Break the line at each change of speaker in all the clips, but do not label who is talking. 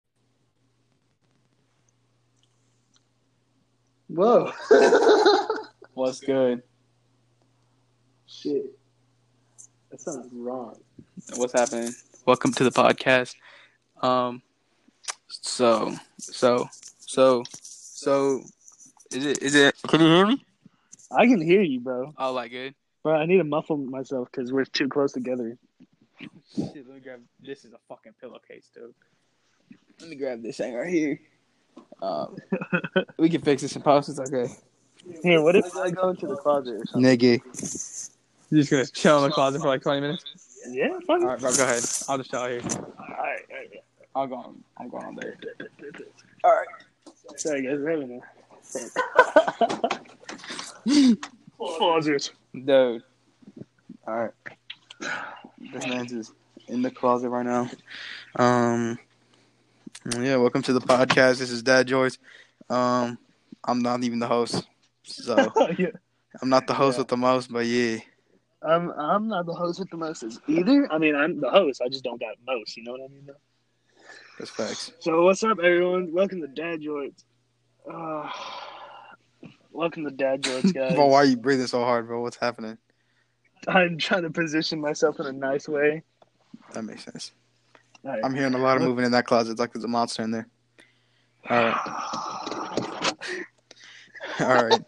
Whoa.
What's good?
Shit. That sounds wrong.
What's happening? Welcome to the podcast. Um, so, so, so, so, is it? Is it? Can you hear me?
I can hear you, bro.
All that good.
Bro, I need to muffle myself because we're too close together.
Shit, let me grab. This is a fucking pillowcase, dude. Let me grab this thing right here. Um, we can fix this in post. It's okay.
Here, what if I go into the closet or something?
Nigga. You're just gonna chill in the closet for like 20 minutes?
Yeah, fuck it.
All right, bro, go ahead. I'll just chill here.
Alright, alright, yeah.
I'll go on. I'll go on there.
Sorry, guys, we're having a closet.
Dude. All right. This man's is in the closet right now. Um. Yeah. Welcome to the podcast. This is Dad George. Um. I'm not even the host, so
yeah.
I'm not the host
Yeah.
with the most. But yeah,
I'm, I'm not the host with the mostest either. I mean, I'm the host. I just don't got most. You know what I mean? Though?
that's facts.
So what's up, everyone? Welcome to Dad Jorts. Uh, welcome to Dad Jorts, guys.
Bro, why are you breathing so hard, bro? What's happening?
I'm trying to position myself in a nice way.
That makes sense.
All right.
I'm hearing a lot of moving in that closet. It's like there's a monster in there. All right. All right.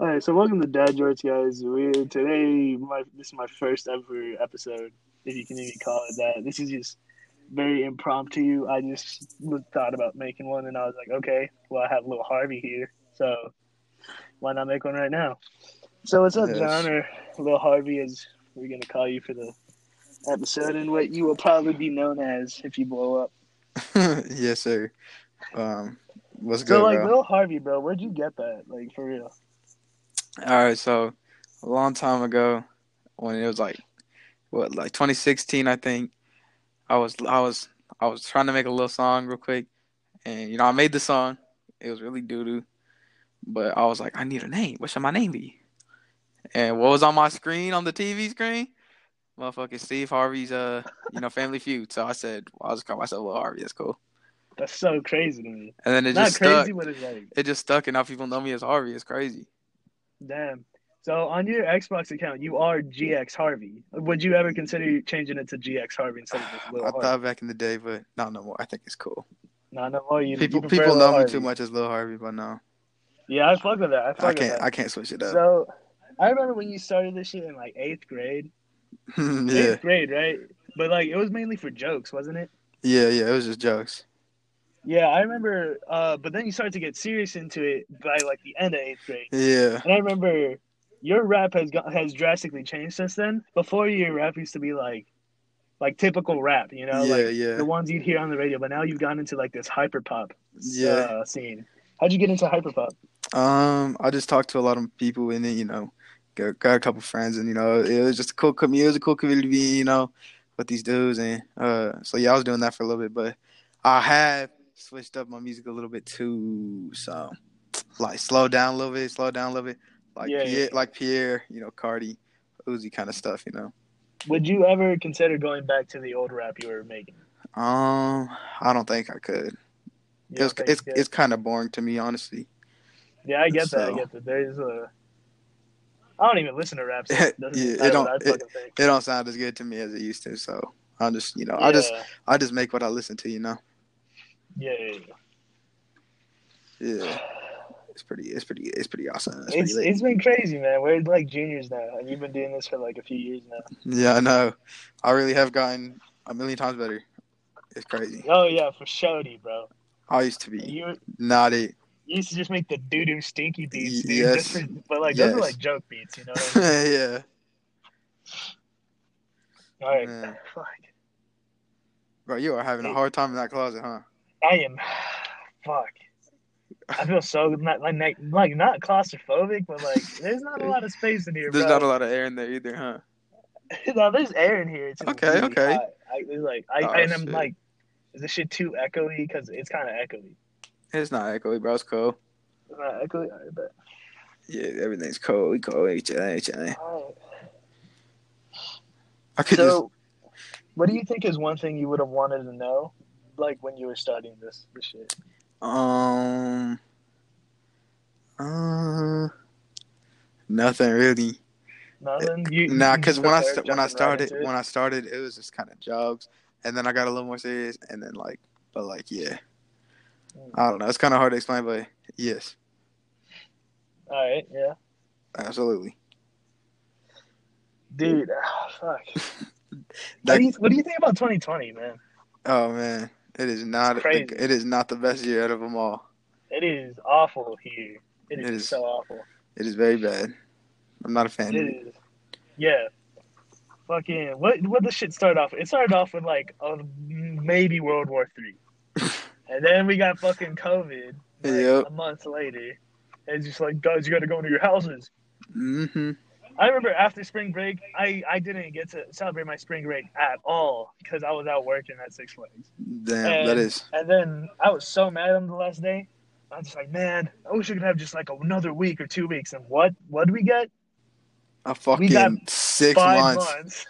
All right, so welcome to Dad Jorts, guys. We today, my this is my first ever episode, if you can even call it that. This is just very impromptu. I just was- thought about making one, and I was like, okay, well, I have little Harvey here, so why not make one right now? So what's up,
Yes.
John, or little Harvey, as we're gonna call you for the episode, and what you will probably be known as if you blow up.
yes, sir. Um. What's good,
So, like,
bro?
little Harvey, bro, where'd you get that? Like, for real?
All right, so a long time ago, when it was like what, like 2016, I think, I was I was I was trying to make a little song real quick, and you know I made the song. It was really doo doo, but I was like, I need a name. What should my name be? And what was on my screen on the TV screen? Motherfucking Steve Harvey's uh, you know, Family Feud. So I said, well, I'll just call myself Little Harvey. That's cool.
That's so crazy to me.
And then it
Not
just
crazy,
stuck.
but it's like.
It just stuck, and now people know me as Harvey. It's crazy.
Damn. So on your Xbox account, you are GX Harvey. Would you ever consider changing it to GX Harvey instead of just Lil
I
Harvey?
thought back in the day, but not no more. I think it's cool.
Nah, no more. You,
people
you prefer
people
Lil
know
Harvey.
me too much as Lil Harvey, but no,
Yeah, I fuck with that. I fuck
I
with
can't
that.
I can't switch it up.
So I remember when you started this shit in like eighth grade.
yeah,
Eighth grade, right? But like it was mainly for jokes, wasn't it?
yeah, yeah. It was just jokes.
Yeah, I remember. Uh, but then you started to get serious into it by like the end of eighth grade.
Yeah,
And I remember your rap has got, has drastically changed since then. Before your rap used to be like like typical rap, you know,
yeah,
like
yeah.
the ones you'd hear on the radio, but now you've gone into like this hyper pop
Yeah.
uh, scene. How'd you get into hyper pop?
Um, I just talked to a lot of people, and then you know, got, got a couple friends, and you know, it was just a cool community. It was a cool community, to be in, you know, with these dudes, and uh, so yeah, I was doing that for a little bit, but I have switched up my music a little bit too. So, like, slow down a little bit, slow down a little bit, like
Yeah, yeah.
Pierre, like Pierre, you know, Cardi, Uzi kind of stuff, you know.
Would you ever consider going back to the old rap you were making?
Um, I don't think I could.
You
It's
don't think
it's
you could?
it's kind of boring to me, honestly.
yeah, I get that. I
so-
get that. There's a. I don't even listen to rap. So it doesn't
Yeah, it
matter what
don't-
I
it-
fucking think.
It don't sound as good to me as it used to. So I just you know I just
Yeah,
I just make what I listen to. You know,
yeah, yeah, yeah.
yeah. It's pretty it's pretty it's pretty awesome.
It's
It's pretty lit.
it's been crazy, man. We're like juniors now, and you've been doing this for like a few years now.
yeah, I know. I really have gotten a million times better. It's crazy.
Oh yeah, for shouty, bro.
I used to be
You
naughty.
you used to just make the doo doo stinky beats, dude.
Yes.
Just for, but like those are
Yes.
like joke beats, you know. What I mean?
yeah.
All right,
Man.
fuck.
Bro, you are having a hard time in that closet, huh?
I am, fuck. I feel so not like not- like not claustrophobic, but like there's not a lot of space in here.
There's
bro.
not a lot of air in there either, huh?
no, there's air in here. It's just
Okay,
really
okay.
hot. I, there's like I
Oh,
and I'm
shit.
like, is this shit too echoey? Because it's kind of echoey.
It's not echoey, bro. It's cool.
It's not echoey. All right, but
Yeah, everything's cool. We cool. We chilling, we chilling.
all
I
right.
could just
so, what do you think is one thing you would have wanted to know, like when you were studying this, this shit?
Um, Uh, nothing really.
Nothing. You,
Nah,
you
because
just
when I
prepared,
st- when
jumping
I
right
started
into it?
when I started it was just kind of jobs, and then I got a little more serious, and then like, but like yeah, I don't know. It's kind of hard to explain, but yes,
All right, yeah,
absolutely.
dude. ah, fuck. what,
That,
do you, what do you think about 2020, man?
oh man, it is not
Crazy.
it is not the best year out of them all.
It is awful here. It is,
It is.
so awful.
It is very bad. I'm not a fan. of it.
It is. Yeah. Fucking what? What the shit started off? With? It started off with like a, maybe World War Three, and then we got fucking COVID. Like,
Yep.
A month later, it's just like guys, you got to go into your houses.
Mm-hmm.
I remember after spring break, I, I didn't get to celebrate my spring break at all because I was out working at Six Flags.
Damn,
And-
that is.
And then I was so mad on the last day. I was just like, man, I wish we could have just like another week or two weeks. And what what did we get?
A fucking
got
six
Five
months,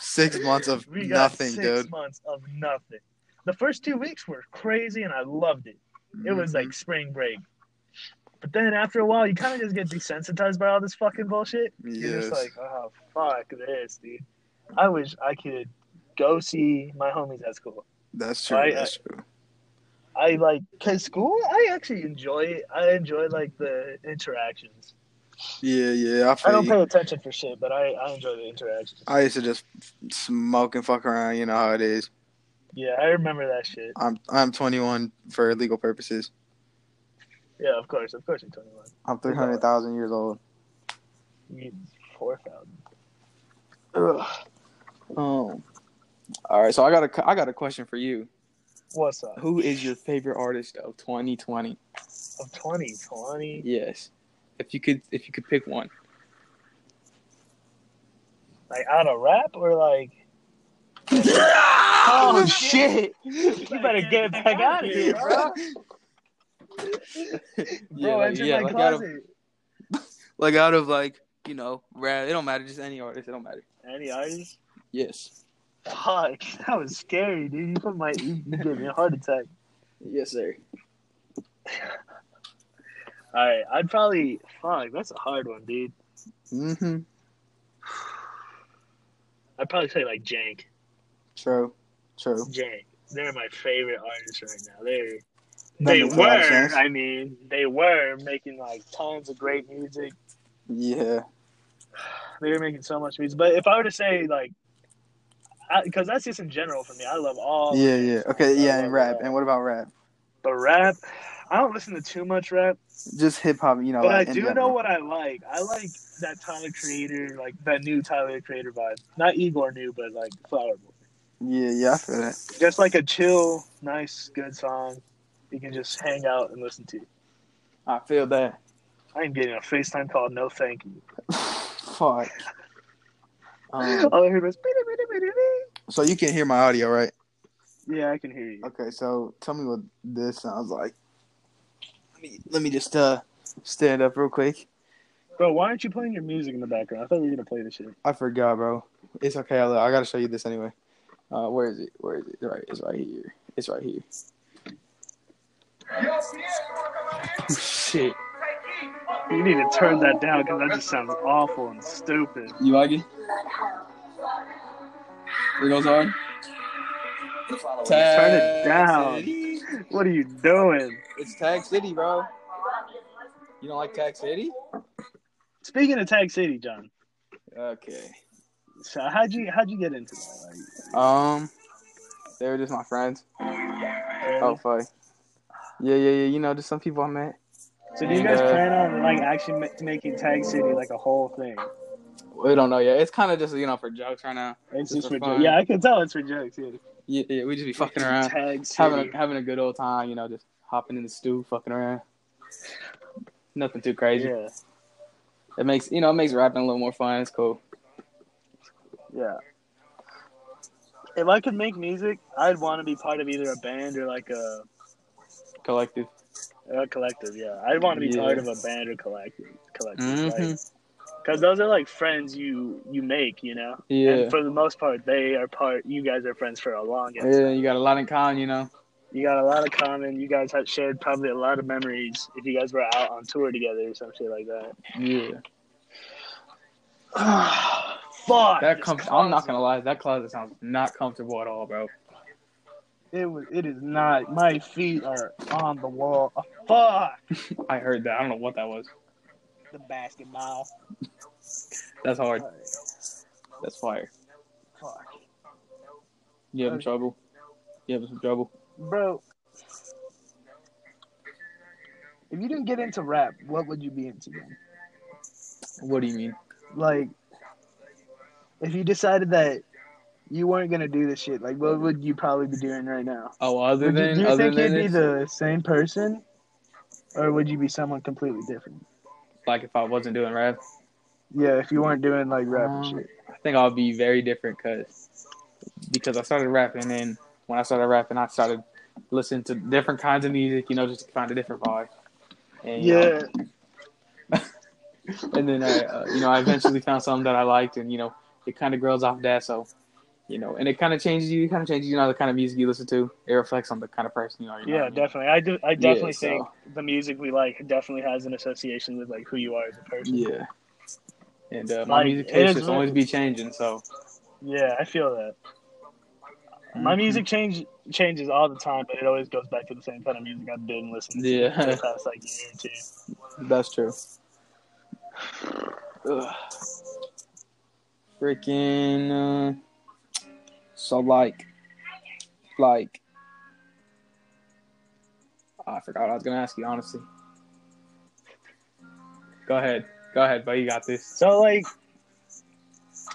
six months of
we got
nothing,
six
dude.
months of nothing. The first two weeks were crazy, and I loved it. It was
Mm-hmm.
like spring break. But then after a while, you kind of just get desensitized by all this fucking bullshit. You're
Yes.
just like, oh fuck this, dude. I wish I could go see my homies at school.
Mm-hmm. that's true.
I-
that's true.
I like cause school. I actually enjoy it. I enjoy like the interactions.
Yeah, yeah. I
I
feel.
don't
you.
pay attention for shit, but I, I enjoy the interactions.
I used to just smoke and fuck around. You know how it is.
Yeah, I remember that shit.
I'm I'm 21 for legal purposes.
Yeah, of course, of course, you're 21.
I'm 300,000 years old.
You four thousand.
Oh. All right, so I got a I got a question for you.
What's up?
Who is your favorite artist of 2020?
Of 2020.
Yes. If you could if you could pick one.
Like out of rap or like?
oh
shit! You better get it back out of here, bro.
yeah,
Bro,
like,
enter
yeah,
my
like out of
closet.
like out of like, you know, rap, it don't matter just any artist, it don't matter.
Any artist?
Yes.
Fuck, that was scary, dude. You put my you gave me a heart attack.
Yes, sir.
All right, I'd probably fuck. That's a hard one, dude.
Mhm.
I'd probably say like Jank.
True. True.
Jank. They're my favorite artists right now. They're
That
they
makes a lot of
were.
sense.
I mean, they were making like tons of great music.
Yeah.
They were making so much music. But if I were to say like, because that's just in general for me. I love all.
Oh, Yeah, yeah. Okay,
I
yeah,
love
and rap.
rap.
And what about rap?
But rap, I don't listen to too much rap.
Just hip hop, you know.
But I
like, in
do know
general.
what I like. I like that Tyler Creator, like that new Tyler Creator vibe. Not Igor new, but like Flower Boy.
Yeah, yeah, I feel that.
Just like a chill, nice, good song you can just hang out and listen to.
I feel that.
I am getting a FaceTime call, no thank you.
Fuck. Um,
All I heard was "Bidi, bidi, bidi, bidi."
so you can hear my audio, right?
Yeah, I can hear you.
Okay, so tell me what this sounds like. Let me let me just uh stand up real quick.
Bro, why aren't you playing your music in the background? I thought we were gonna play this shit.
I forgot, bro. It's okay. I, I gotta show you this anyway. Uh, where is it? Where is it? Right, it's right here. It's right here. Shit,
You need to turn that down because that just sounds awful and stupid.
you like it? Here goes on.
Turn it down. What are you doing?
It's Tag City, bro. You don't like Tag City?
Speaking of Tag City, John.
Okay.
So how'd you how'd you get into that? Like,
Um, they were just my friends. Oh,
really?
fuck. Yeah, yeah, yeah. You know, just some people I met.
so do you guys plan on like actually ma- making Tag City like a whole thing?
We don't know yet. It's kind of just you know for jokes right now.
It's
Just
just
for
for
fun.
jokes. Yeah, I can tell it's for jokes. Yeah.
Yeah, yeah we just be fucking around,
Tag City.
having a, having a good old time. You know, just hopping in the stew, fucking around. Nothing too crazy.
yeah,
It makes you know it makes rapping a little more fun. It's cool.
yeah. If I could make music, I'd want to be part of either a band or like a,
Collective.
a Uh, collective. Yeah, I'd want to be
Yeah.
part of a band or collective. Collective.
Mhm.
Because those are like friends you you make, you know.
Yeah.
And for the most part, they are part. You guys are friends for a long.
Yeah, you got a lot in common. You know.
You got a lot of common. You guys had shared probably a lot of memories if you guys were out on tour together or some shit like that.
Yeah.
Fuck.
That
this
comes.
closet.
I'm not gonna lie. That closet sounds not comfortable at all, bro.
It was. It is not. My feet are on the wall. Fuck.
I heard that. I don't know what that was.
The basketball.
That's hard. That's fire.
Fuck.
You having
Okay.
trouble? You having some trouble?
Bro, if you didn't get into rap, what would you be into then?
What do you mean?
Like, if you decided that you weren't gonna do this shit, like, what would you probably be doing right now?
Oh, other
Would you-
than
do you
other
think
than
you'd be
this,
the same person, or would you be someone completely different?
like if I wasn't doing rap,
Yeah, if you weren't doing like rap and
Um,
shit.
I think I'll be very different because because I started rapping and when I started rapping, I started listening to different kinds of music, you know, just to find a different vibe. And, um, you know,
Yeah,
and then I, uh, you know, I eventually found something that I liked, and you know, it kind of grows off that. So, you know, and it kind of changes you. It kind of changes, you know, the kind of music you listen to. It reflects on the kind of person you are. You know what
yeah,
I mean?
definitely. I do. I
Yeah,
definitely
so-
think the music we like definitely has an association with like who you are as a person.
Yeah. And uh, my
Like,
music
it
taste
is
just always be changing. So,
Yeah, I feel that. My
Mhm.
music change changes all the time, but it always goes back to the same kind of music I've been listening to
Yeah.
for the past like year or two.
That's true. Ugh. Freaking. Uh, so like, like. oh, I forgot what I was gonna ask you. Honestly. Go ahead. Go ahead, buddy. You got this.
So like,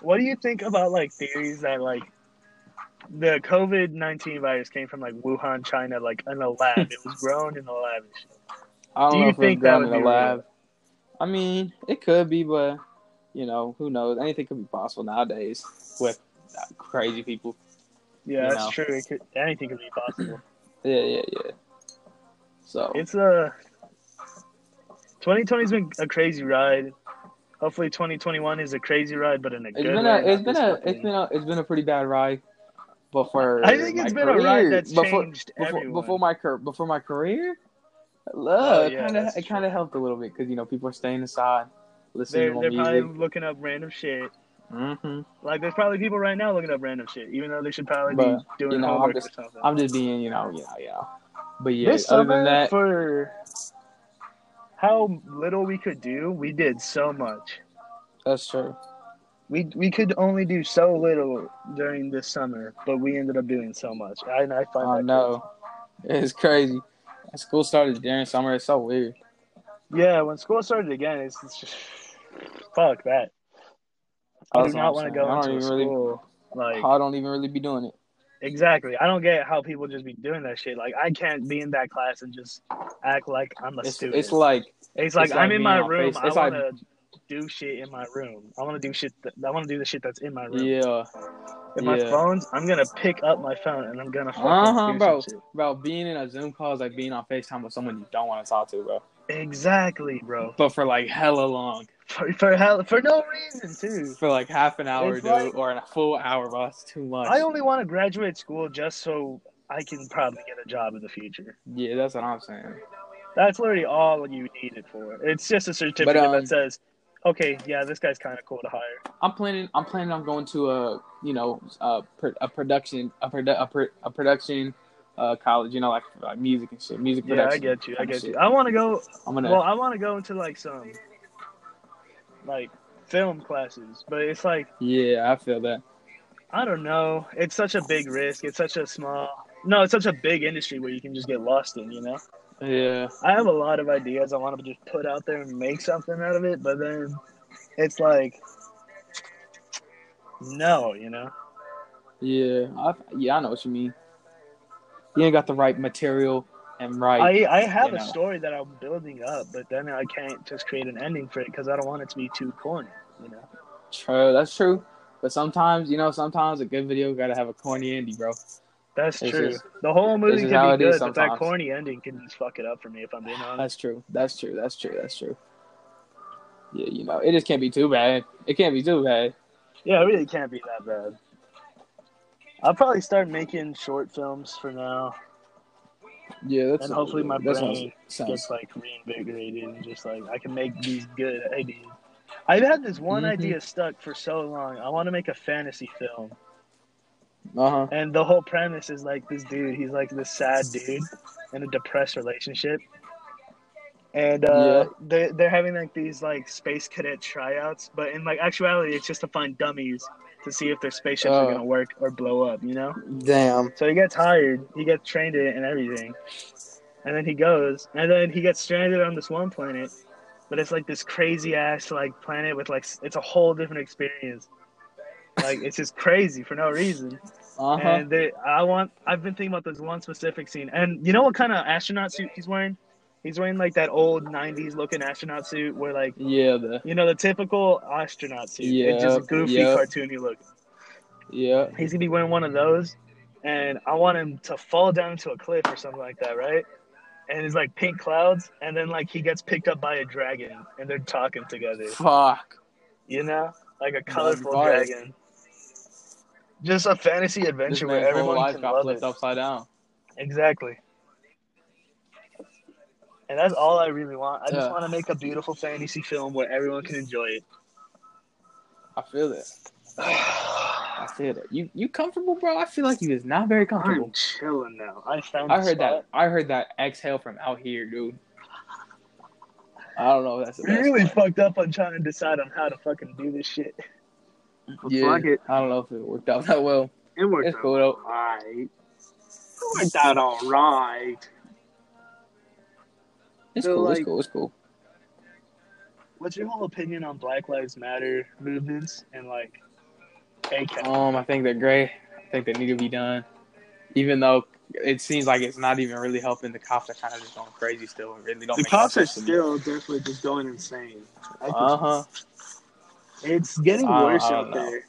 what do you think about like theories that like the COVID nineteen virus came from like Wuhan, China, like in a lab? it was grown in a lab. and shit.
I don't
Do
know
you
if
think
it's
that
grown
would
in a
be
lab. I mean, it could be, but you know, who knows? Anything could be possible nowadays with uh, crazy people.
Yeah,
You
that's
know.
true. It could, anything could be possible.
Yeah, yeah, yeah. So
It's a twenty twenty's been a crazy ride. Hopefully, twenty twenty one is a crazy ride, but in a
it's
good
been
way.
a
not
it's been
this
a
fucking-
it's been a it's been a pretty bad ride. But for
I think
my
it's been a ride
career-
that's
before,
changed
before,
everyone.
before my career before my career.
Oh,
Look,
yeah,
kind of
that's
it kind of helped a little bit because you know people are staying inside,
they're
listening to
they're
more
probably
music.
looking up random shit.
hmm
Like there's probably people right now looking up random shit, even though they should probably be
But,
doing
you know, I'm
homework
just-
or something.
I'm just being you know you know you know. But yeah,
this
other
summer
than that,
for how little we could do, we did so much.
that's true.
We we could only do so little during this summer, but we ended up doing so much. I I find
I
that
know Oh, it's crazy. School started during summer. It's so weird.
crazy. Yeah, when school started again, it's, it's just fuck that. I
That's
do
what
not want to
I'm saying.
go
I
into
don't
a
even really-
school like
I don't even really be doing it.
Exactly. I don't get how people just be doing that shit. Like I can't be in that class and just act like I'm a
It's
student.
it's like
It's like
it's
I'm
like
in
being
my
on
room.
Face-
I
it's
want
like-
to do shit in my room. I want to do shit. That, I want to do the shit that's in my room.
yeah.
if my
yeah.
phone's, I'm gonna pick up my phone and I'm gonna fucking
Uh-huh,
do some
bro.
shit.
Bro, being in a Zoom call is like being on FaceTime with someone you don't want to talk to, bro.
Exactly, bro.
But for like hella long.
For for hell, for no reason too.
For like half an hour,
It's
dude,
like-
or a full hour, bro. That's too much.
I only want to graduate school just so I can probably get a job in the future.
Yeah, that's what I'm saying.
That's literally all you need it for. It's just a certificate
But, um,
that says, okay, yeah, this guy's kind of cool to hire.
I'm planning I'm planning on going to a, you know, a, pr- a production a, produ- a, pr- a production uh, college, you know, like, like music and shit, music
Yeah, I
production.
get you. I
kinda
get you.
shit.
I want to go.
I'm gonna
Well, I want to go into like some like film classes, but it's like
Yeah, I feel that.
I don't know. It's such a big risk. It's such a small. No, it's such a big industry where you can just get lost in. You know,
Yeah.
I have a lot of ideas I want to just put out there and make something out of it, but then it's like no, you know.
Yeah, I, yeah, I know what you mean. You ain't got the right material and right.
I I have
You
a
know.
story that I'm building up, but then I can't just create an ending for it because I don't want it to be too corny. You know.
true, that's true. But sometimes, you know, sometimes a good video gotta have a corny ending, bro.
That's
This
true.
is-
the whole
this
movie
is how
can
it
be
is
good, but that
sometimes.
corny ending can just fuck it up for me if I'm being honest.
That's true. That's true. That's true. That's true. Yeah, you know, it just can't be too bad. It can't be too bad.
Yeah, it really can't be that bad. I'll probably start making short films for now.
Yeah, that's
and hopefully my
that sounds-
brain
sounds-
gets like reinvigorated and just like I can make these good ideas. I've had this one
Mhm.
idea stuck for so long. I want to make a fantasy film,
uh-huh.
and the whole premise is like this dude. He's like this sad dude in a depressed relationship, and uh, they they're having like these like space cadet tryouts. But in like actuality, it's just to find dummies to see if their spaceships
Oh.
are gonna work or blow up. You know.
Damn.
So he gets hired, he gets trained in it and everything. And then he goes, and then he gets stranded on this one planet, but it's like this crazy ass like planet with like s- it's a whole different experience. Like it's just crazy for no reason.
Uh-huh.
And they, I want I've been thinking about this one specific scene. And you know what kind of astronaut suit he's wearing? He's wearing like that old 90s looking astronaut suit where like
Yeah, the
you know the typical astronaut suit. it's
Yeah,
just goofy
yeah.
cartoony look
yeah.
he's gonna be wearing one of those, and I want him to fall down into a cliff or something like that, right? And it's like pink clouds, and then like he gets picked up by a dragon, and they're talking together,
Fuck.
you know, like a colorful
fire.
dragon. Just a fantasy
This
adventure where
man's whole
everyone
life
can
got
love
flipped
it.
upside down.
Exactly. And that's all I really want. I just
Yeah.
want to make a beautiful fantasy film where everyone can enjoy it.
I feel that. I feel that. You you comfortable, bro? I feel like you is not very comfortable.
I'm chilling now. I found.
I
a
heard
spot.
that. I heard that exhale from out here, dude. I don't know. If that's the
We
best
really
one.
fucked up on trying to decide on how to fucking do this shit. But
Yeah.
fuck it.
I don't know if it worked out that well.
It worked
It's
out
cool though.
alright. It worked out alright.
It's
So,
cool.
like-
it's cool. It's cool.
What's your whole opinion on Black Lives Matter movements and like ACAP?
Um, I think they're great. I think they need to be done, even though it seems like it's not even really helping. The cops are kind of just going crazy still. and Really don't.
The
make no
cops are
sense to me.
still definitely just going insane. I think
Uh-huh.
It's getting
I-
worse
I don't
out
know.
there.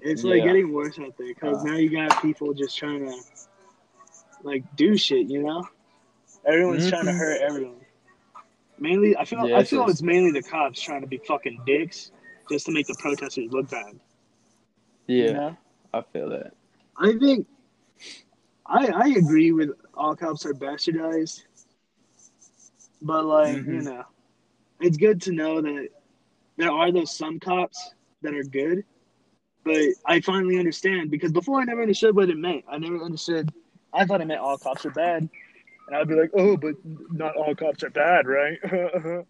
It's like
Uh, Yeah.
getting worse out there because
Uh.
now you got people just trying to like do shit, you know. Everyone's trying to
Mhm.
hurt everyone. Mainly, I feel
Yeah,
I
it's
feel
just-
it's mainly the cops trying to be fucking dicks just to make the protesters look bad.
Yeah,
You know?
I feel that.
I think I I agree with all cops are bastardized, but like you
Mhm.
know, it's good to know that there are those some cops that are good. But I finally understand because before I never understood what it meant. I never understood. I thought it meant all cops are bad, and I'd be like, "Oh, but not all cops are bad, right?"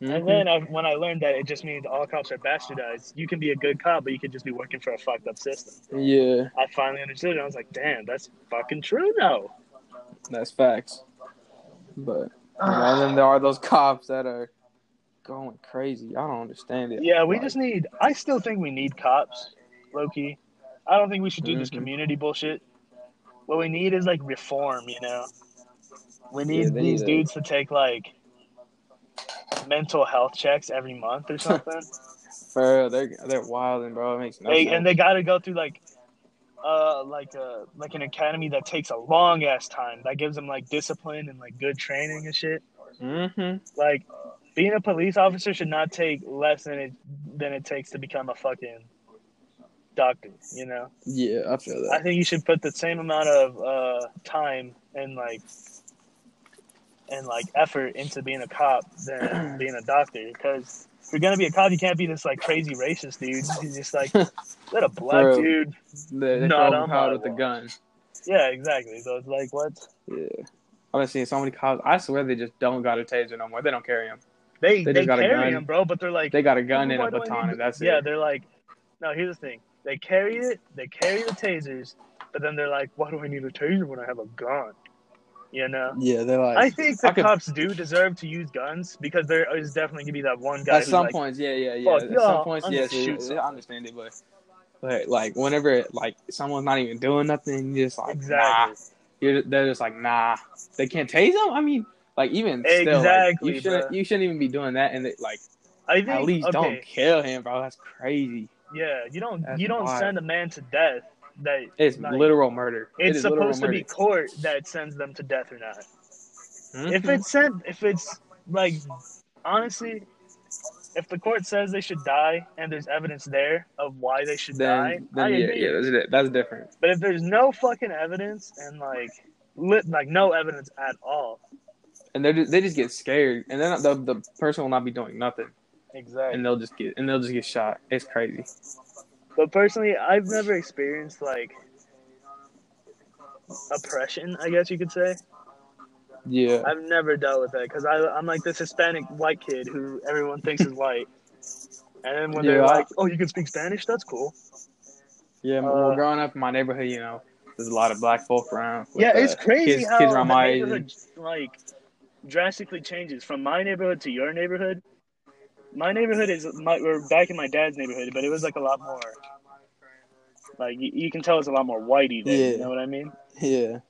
Mm-hmm.
And then I, when I learned that it just means all cops are bastardized. You can be a good cop, but you could just be working for a fucked up system.
yeah,
I finally understood it. I was like, damn, that's fucking true now.
that's facts. But you know, and then there are those cops that are going crazy. I don't understand it.
yeah, we
Like,
just need. I still think we need cops, Loki. I don't think we should do this
Mhm.
community bullshit. What we need is like reform, you know. We
Yeah,
need
they
these
need to-
dudes to take like mental health checks every month or something.
for real, they're they're wilding, bro. It makes no
they
sense.
and they got to go through like uh like a like an academy that takes a long ass time that gives them like discipline and like good training and shit
hmm
like being a police officer should not take less than it than it takes to become a fucking doctor you know
Yeah, I feel
i
that.
think you should put the same amount of uh time and like and like effort into being a cop than being a doctor because if you're gonna be a cop you can't be this like crazy racist dude He's just like let a black
Bro.
dude
They, they
Not
throw
on
them
my
out with the
wall.
gun.
Yeah, exactly. So it's like, what?
Yeah. I've been seeing so many cops. I swear they just don't got a taser no more. They don't carry them.
They
They
they,
just got a
carry
gun.
them, bro, but they're like,
They got a gun and
"Why
a
do I
baton,
need
and that's
th-" yeah,
it.
they're like, no. Here's the thing: they carry it, they carry the tasers, but then they're like, why do I need a taser when I have a gun? You know.
Yeah, they're like.
I think the
I could-
cops do deserve to use guns because there is definitely gonna be that one guy
at
who's
some
like,
points, yeah, yeah, yeah.
"Fuck
At
y'all,
some points,
I'm
yes,
gonna shoot
it-
something."
I understand it, but but like whenever like someone's not even doing nothing, you're just like nah.
exactly.
You're, they're just like nah. They can't tase them. I mean, like even still, like,
Exactly,
you shouldn't
bruh.
you shouldn't even be doing that. And they, like
I think
at least
okay,
don't kill him, bro. That's crazy.
Yeah, you don't
That's
you don't
wild.
send a man to death that
It's
like,
literal murder. It
It's
is literal
supposed to be
murder.
court that sends them to death or not.
Mhm.
If it's sent, if it's like, honestly, if the court says they should die and there's evidence there of why they should die,
then,
I
then yeah,
agree.
yeah, that's, di- that's different.
But if there's no fucking evidence and like lit, like no evidence at all.
and they just, they just get scared, and then the the person will not be doing nothing,
Exactly.
and they'll just get and they'll just get shot. It's crazy.
But personally, I've never experienced like oppression. I guess you could say
Yeah,
I've never dealt with that because I'm like this Hispanic white kid who everyone thinks is white. And then when they're
Yeah, I-
like, "Oh, you can speak Spanish? That's cool."
yeah.
Uh,
well, growing up in my neighborhood, you know, there's a lot of black folk around. with,
yeah, it's
uh,
crazy
kids-
how
kids around
the
my age and-
neighborhood like drastically changes from my neighborhood to your neighborhood. My neighborhood is my we're back in my dad's neighborhood, but it was like a lot more. Like you, you can tell it's a lot more whitey. There, You
Yeah.
know what I mean?
Yeah,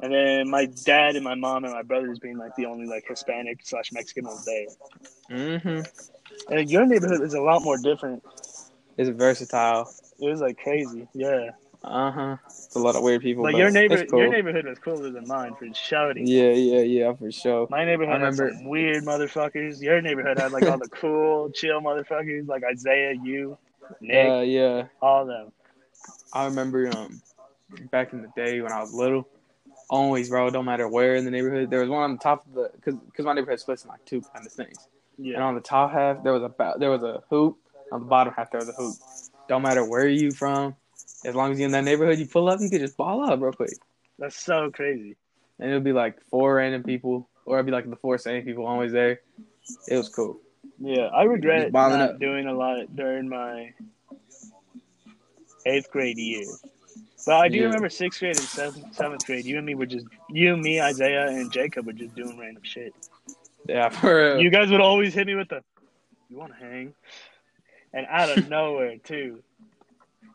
And then my dad and my mom and my brothers being like the only like Hispanic slash Mexican ones there.
mm-hmm.
And your neighborhood is a lot more different.
It's versatile.
It was like crazy. Yeah.
Uh huh. It's a lot of weird people.
Like
but
your neighbor
it's cool.
your neighborhood was cooler than mine for shouting.
Yeah, yeah, yeah, for sure.
My neighborhood
I remember-
had some weird motherfuckers. Your neighborhood had like all the cool, chill motherfuckers like Isaiah, you, Nick,
Uh, yeah.
all them.
I remember um back in the day when I was little, always bro, don't matter where in the neighborhood, there was one on the top of the because because my neighborhood splits in like two kind of things, and
Yeah.
on the top half there was a ba- there was a hoop, on the bottom half there was a hoop. Don't matter where you from, as long as you're in that neighborhood, you pull up, you could just ball up real quick,
That's so crazy.
and it'll be like four random people, or it'd be like the four same people always there. It was cool.
Yeah. I regret
Just bottling
not
up.
doing a lot during my eighth grade year. But I do
Yeah.
remember sixth grade and seventh, seventh grade. You and me were just you, me, Isaiah, and Jacob were just doing random shit.
Yeah, for real.
You guys would always hit me with the, "You want to hang?" And out of nowhere too.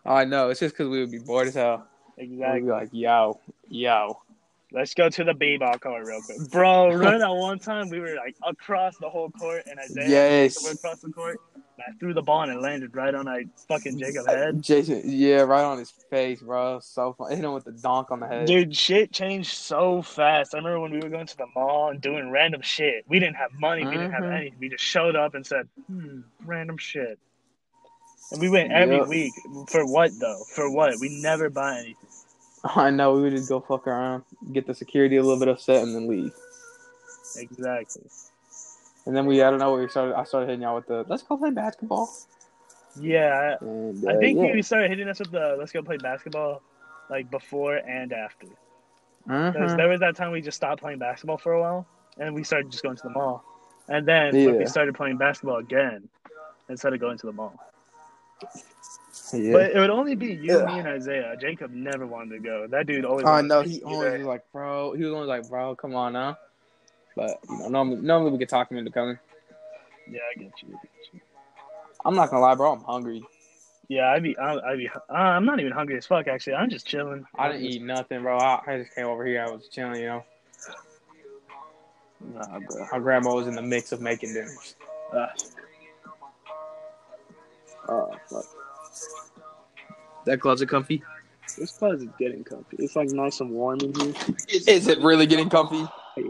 I know. It's just because we would be bored as hell. We'd be
Exactly.
like, yo, yo.
Let's go to the b-ball court real quick, bro. Remember that one time we were like across the whole court, and Isaiah
Yes.
we were across the court. And I threw the ball and it landed right on my fucking Jacob's head.
Jason, yeah, right on his face, bro. So fun. Hit him with the donk on the head.
Dude, shit changed so fast. I remember when we were going to the mall and doing random shit. We didn't have money. We didn't have
Mhm.
anything. We just showed up and said, hmm, random shit. And we went every
Yep.
week. For what, though? For what? We never buy anything.
I know. We would just go fuck around, get the security a little bit upset, and then leave.
Exactly.
And then we, I don't know, we started. I started hitting y'all with the let's go play basketball.
Yeah.
And,
I,
uh,
I think
yeah.
you started hitting us with the let's go play basketball like before and after.
Uh-huh.
Because
Mhm.
there was that time we just stopped playing basketball for a while and we started just going to the mall. And then when we
Yeah.
started playing basketball again instead of going to the mall.
Yeah.
But it would only be you,
Ugh.
me, and Isaiah. Jacob never wanted to go. That dude always.
I
wanted
know.
to
Oh, He
be
always
there.
was like, bro. He was always like, bro, come on now. But you know, normally, normally we could talk him into coming.
Yeah, I get you. I get you.
I'm not gonna lie, bro. I'm hungry.
Yeah, I'd be. I'd, I'd be. Uh, I'm not even hungry as fuck. Actually, I'm just chilling.
I didn't eat nothing, bro. I, I just came over here. I was chilling, you know.
Nah, bro.
My grandma was in the mix of making dinners.
Uh,
Oh, fuck. That closet comfy?
this closet's getting comfy. It's like nice and warm in here.
Is it really getting comfy?
Yeah,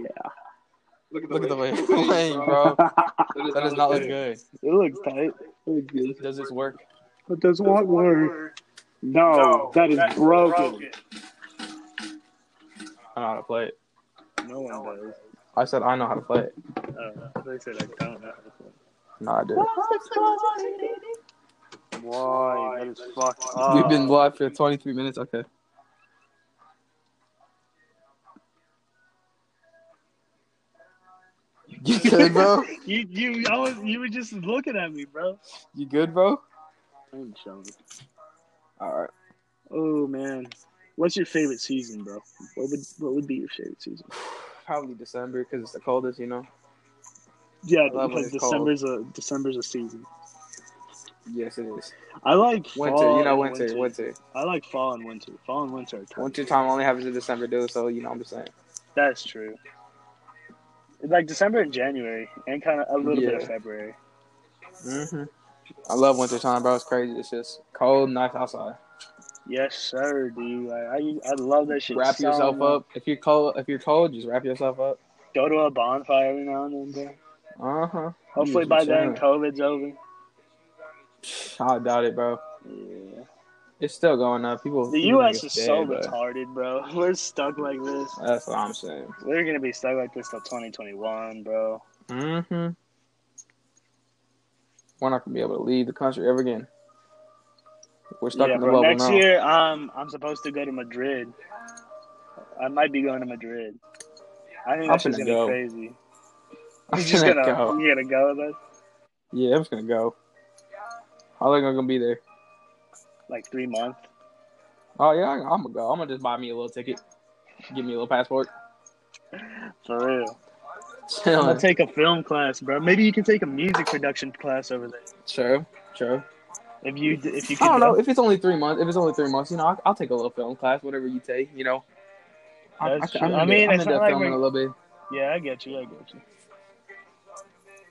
Look at the
Look at the way
way.
it's playing, bro.
That does
That does
not
not look good.
it looks tight. It looks good.
Does this work?
But does not work. No, that is broken.
I know how to play it.
No one does.
I said I know how to play it.
Uh, they said I don't know. how to play.
No, I do.
Why? Oh, That is fucked
We've
up.
been live for 23 minutes. Okay. You good, bro?
You you I was, you were just looking at me, bro.
You good, bro?
I'm chilling.
All right.
Oh man, what's your favorite season, bro? What would what would be your favorite season?
Probably December because it's the coldest, you know.
Yeah,
love when
because
it's cold.
December's a December's a season.
Yes, it is.
I like
Winter,
fall
you know,
and
winter, winter, winter.
I like fall and winter. Fall and winter. Are tough.
time only happens in December, dude. So you know what I'm saying.
That's true. Like December and January, and kind of a little bit of
Yeah.
February.
hmm I love winter time, bro. It's crazy. It's just cold, nice outside.
Yes, sir, dude. Like, I I love that shit.
wrap
so
yourself
much.
up. If you're cold, if you're cold, just wrap yourself up.
Go to a bonfire every now and then. Bro.
Uh huh.
Hopefully by then COVID's over.
I doubt it, bro.
Yeah.
It's still going up. People.
The
people
U.S.
think
is
it's
so
dead, but
retarded, bro. We're stuck like this.
That's what I'm saying.
We're gonna be stuck like this till 2021, bro.
Mm-hmm. We're not gonna be able to leave the country ever again. We're stuck
yeah,
in the
bro.
bubble
Next
now.
year, um, I'm supposed to go to Madrid. I might be going to Madrid. I think
I'm
that's just
finna
gonna
go.
be crazy.
I'm
You're just
finna
gonna,
go.
you're gonna go with us
Yeah, I'm just gonna go. How long am I gonna be there?
like three months.
Oh yeah, I'm gonna go. I'm gonna just buy me a little ticket. Give me a little passport.
For real. I'll
Chilling.
take a film class, bro. Maybe you can take a music production class over there.
Sure, sure.
If you if you
I
can
don't know if it's only three months. If it's only three months, you know, I'll, I'll take a little film class, whatever you take. You know, I,
That's
I,
true.
I'm
I
into,
mean,
I'm
it's
into
not like
filming
we're-
a little bit.
Yeah, I get you. I get you.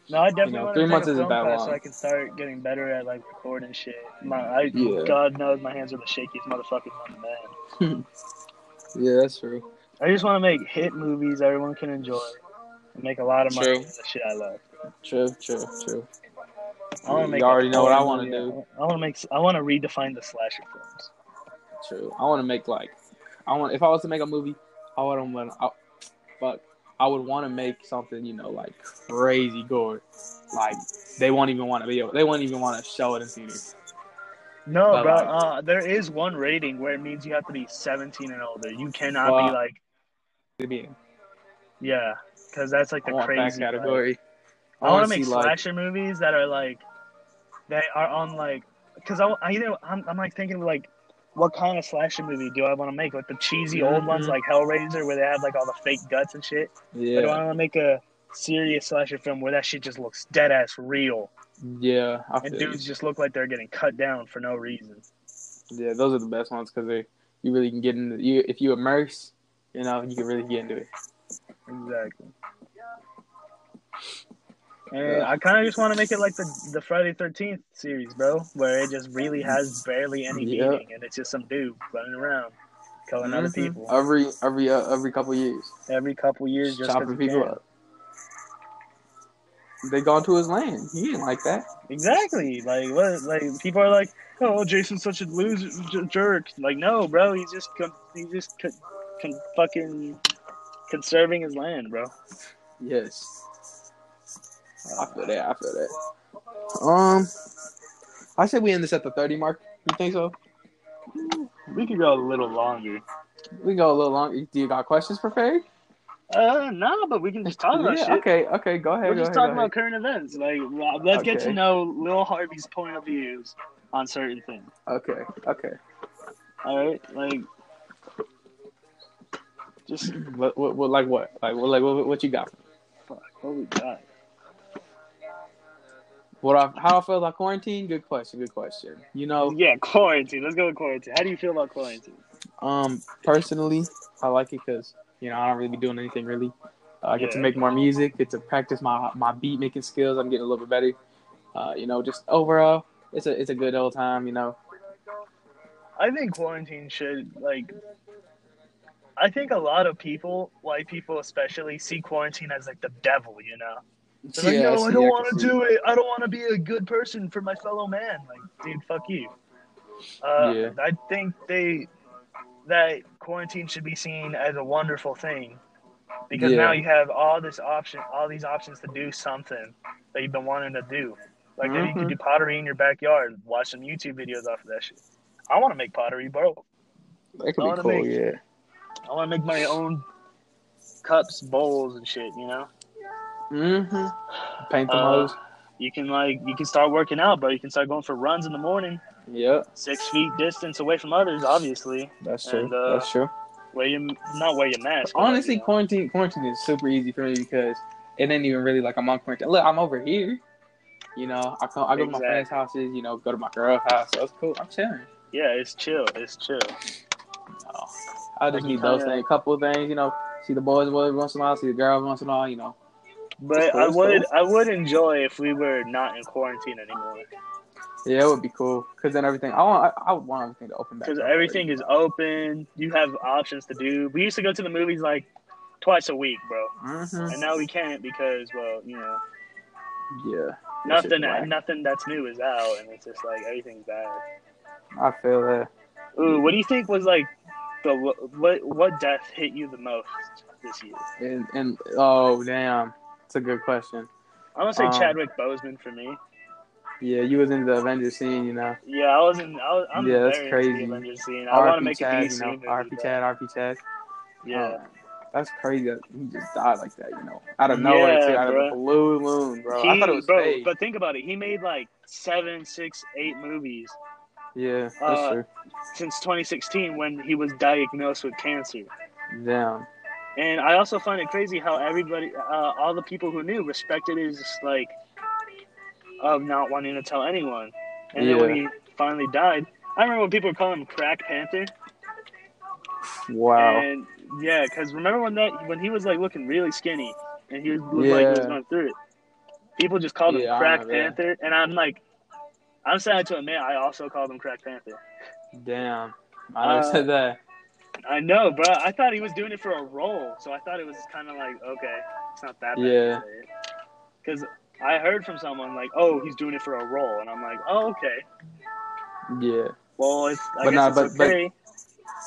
No, I definitely
know,
want
three
to take
months
a
isn't
film
that
class so
long.
I can start getting better at like recording shit. My, I,
Yeah.
God knows my hands are the shakiest motherfuckers on the man.
Yeah, that's true.
I just want to make hit movies everyone can enjoy and make a lot of money.
True.
doing The shit I love.
True, true, true.
I want to make.
You
a
already know what I
horror
want to
movie.
do.
I want to make. I want to redefine the slasher films.
True. I want to make like, I want if I was to make a movie, I would want to, fuck, I would want to make something you know like crazy gore, like they won't even want to be able, they won't even want to show it in theaters.
No,
But,
bro.
like-
uh, there is one rating where it means you have to be 17 and older. You cannot
Wow.
be like,
To be in.
yeah, because that's like
I
the
want that
crazy like,
category.
I want to
see
make
like,
slasher movies that are like that are on like because I, I either I'm, I'm like thinking like what kind of slasher movie do I want to make like the cheesy old ones
Mhm.
like Hellraiser where they have like all the fake guts and shit or do I
yeah,
want to make a serious slasher film where that shit just looks dead ass real
yeah, I
and
feel you.
dudes just look like they're getting cut down for no reason
Yeah, those are the best ones because they, you really can get into you if you immerse, you know, you can really get into it.
exactly and
Yeah.
I kind of just want to make it like the the Friday Thirteenth series, bro, where it just really has barely any
Yeah.
meaning, and it's just some dude running around killing other
Mhm.
people.
every every uh, every couple years,
every couple years just
chopping
because
people up. They gone to his land. He ain't like that.
Exactly. Like what? Like people are like, "Oh, Jason's such a loser, j- jerk." Like, no, bro. He's just con- he's just con- con- fucking conserving his land, bro.
Yes, I feel that. I feel that. Um, I said we end this at the thirty mark. You think so?
We could go a little longer.
We go a little longer. Do you got questions prepared?
Uh, no, but we can just talk about
yeah.
shit.
Okay. Okay. Go ahead.
We're
go
just talking
ahead, go ahead.
about current events. Like, well, let's get to
Okay.
know Lil Harvey's point of views on certain things.
Okay. Okay.
All right, like, just
What, what, what? Like what? Like what? Like what? What you got?
fuck. What we got?
What? I, how I feel about quarantine? Good question. Good question. You know,
Oh, Yeah, quarantine. Let's go with quarantine. How do you feel about quarantine?
Um, personally, I like it because you know I don't really be doing anything really. Uh, I get to
Yeah.
make more music, get to practice my my beat making skills. I'm getting a little bit better. Uh, you know, just overall, it's a it's a good old time. You know,
I think quarantine should like. I think a lot of people, white people especially, see quarantine as like the devil. You know, They're like, no,
Yeah,
I
see,
don't
can
want
see.
to do it. I don't want to be a good person for my fellow man. Like, dude, fuck you. Uh,
Yeah.
I think they that quarantine should be seen as a wonderful thing because
Yeah.
now you have all this option, all these options to do something that you've been wanting to do. Like maybe you
Mhm.
could do pottery in your backyard, watch some YouTube videos off of that shit. I want to make pottery, bro.
That
I
could be
wanna
cool.
make-
yeah,
I want to make my own cups, bowls, and shit. You know,
hmm paint the
Uh,
most.
you can like you can start working out, bro. You can start going for runs in the morning,
Yeah,
six feet distance away from others, obviously.
that's true.
And, uh,
that's true.
Wear your not wear your mask. but,
Honestly,
you know.
quarantine quarantine is super easy for me because it ain't even really like I'm on quarantine. Look, I'm over here. You know, I come, I go to my
Exactly.
friends' houses. You know, go to my girl's house. So it's cool. I'm chilling.
yeah, it's chill. It's chill.
Oh, I just
Like,
need
you
those
kinda-
things, couple of things, you know. See the boys once in a while, see the girls once in a while, you know.
But
cool,
I
it's
would I would enjoy if we were not in quarantine anymore
Yeah, it would be cool. Cause then everything, I want, I, I would want everything to open back.
because
up
everything is open. You have options to do. We used to go to the movies like twice a week, bro,
already. Mhm.
and now we can't because well, you know,
Yeah, That shit's
nothing
whack.
nothing that's new is out, and it's just like everything's bad.
I feel that.
Ooh, what do you think was like the what what death hit you the most this year?
And, and oh damn, it's a good question.
I'm gonna say
Um,
Chadwick Boseman for me.
Yeah, you was into the Avengers scene, you know.
Yeah, I wasn't. I was, I'm
Yeah, that's
very
crazy.
Into the Avengers scene. I want to make a DC
you know,
movie,
RP
but-
Chad, RP Chad.
Yeah,
Um, that's crazy. That he just died like that, you know, out of nowhere,
Yeah,
too, out
bruh.
of the blue moon, bro. I
He-
thought it was
bro,
fake.
but think about it. He made like seven, six, eight movies
yeah, that's
uh,
true.
since 2016 when he was diagnosed with cancer.
Damn.
And I also find it crazy how everybody, uh, all the people who knew, respected his like of not wanting to tell anyone. And then when he finally died, I remember when people were calling him Crack Panther.
Wow.
And yeah, because remember when that when he was like looking really skinny and he was looked like he was
Yeah.
going through it. People just called
Yeah,
him
I
Crack
remember that.
Panther, and I'm like, I'm sad to admit, I also called him Crack Panther.
Damn. I never
Uh,
said that.
I know, bro. I thought he was doing it for a role, so I thought it was kind of like, okay, it's not that bad.
Yeah.
Because I heard from someone like, oh, he's doing it for a role, and I'm like, oh, okay.
Yeah.
Well, it's I
But
guess
nah,
it's
but- but-
okay.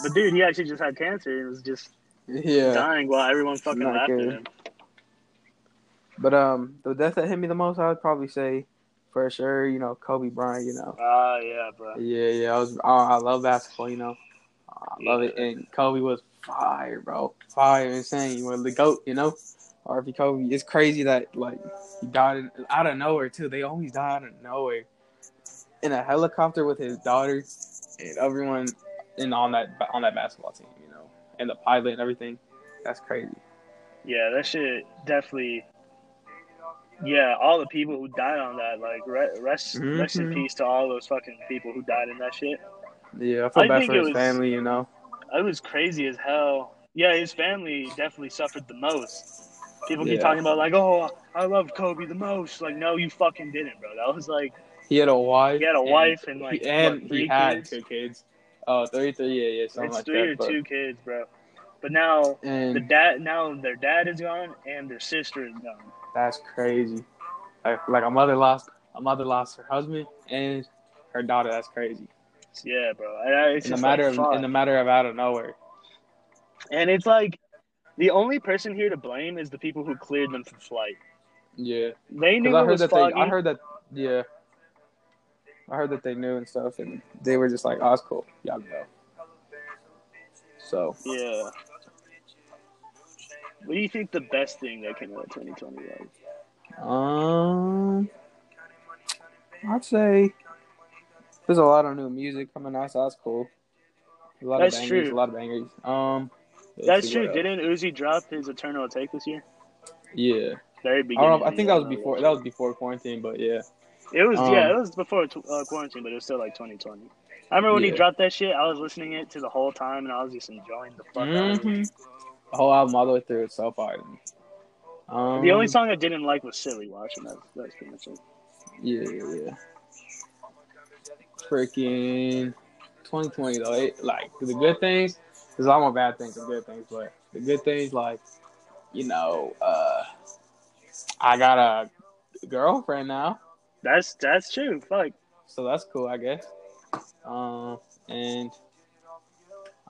But, dude, he actually just had cancer and was just
Yeah.
dying while everyone fucking
Not
laughed
good.
at him.
But um, the death that hit me the most, I would probably say, for sure, you know, Kobe Bryant. You know.
Ah, yeah, bro.
Yeah, yeah. I was. Oh, I love basketball. You know. I love
Yeah.
it. And Kobe was fire, bro. Fire, insane. You were the goat. You know. RP Kobe. It's crazy that like he died in, out of nowhere too. They always die out of nowhere. In a helicopter with his daughter and everyone, and on that on that basketball team, you know, and the pilot and everything. That's crazy.
Yeah, that shit definitely. Yeah, all the people who died on that, like re- rest, rest in
Mhm.
peace to all those fucking people who died in that shit.
Yeah, I feel
I
bad
think
for
it
his
was-
family. You know.
It was crazy as hell. Yeah, his family definitely suffered the most. People keep
Yeah.
talking about like, oh, I love Kobe the most. Like, no, you fucking didn't, bro. That was like,
He had a wife.
he had a
and-
wife and like,
and
what,
he
three
had
kids.
two kids. Oh, three, three, yeah, yeah, something
It's
like
three
that.
or
but- Mm.
two kids, bro. But now the
And
dad, now their dad is gone and their sister is gone.
that's crazy. Like, like a mother lost, a mother lost her husband and her daughter. That's crazy.
Yeah, bro. And It's
in the
just
matter
like,
of,
fuck.
in the matter of out of nowhere.
And it's like the only person here to blame is the people who cleared them for flight.
Yeah,
They
because
knew
I
it
heard
was
that they,
foggy.
I heard that, yeah, I heard that they knew and stuff, and they were just like, "Oh, it's cool, y'all go." So
Yeah. What do you think the best thing that came out of 2020 was?
Um, I'd say there's a lot of new music coming out, so that's cool. A lot
That's
of bangers,
true.
a lot of bangers. Um, let's
That's
see
true.
what else.
Didn't Uzi drop his Eternal Take this year?
Yeah,
Very
I
beginning.
don't know.
of
I
the year,
think that was
I don't
before. That
know.
was before quarantine, but yeah,
It was yeah,
um,
it was before tw- uh, quarantine, but it was still like 2020. I remember when he
Yeah.
dropped that shit. I was listening it to the whole time, and I was just enjoying the fuck out of it.
Mhm. the whole album all the way through is so fire. Um,
The only song I didn't like was "Silly Watching." That's that's pretty much it.
Yeah, yeah, yeah. Freaking 2020 though. It, like the good things, there's a lot more bad things than good things, but the good things like, you know, uh, I got a girlfriend now,
That's that's true. Fuck.
so that's cool, I guess. Um, and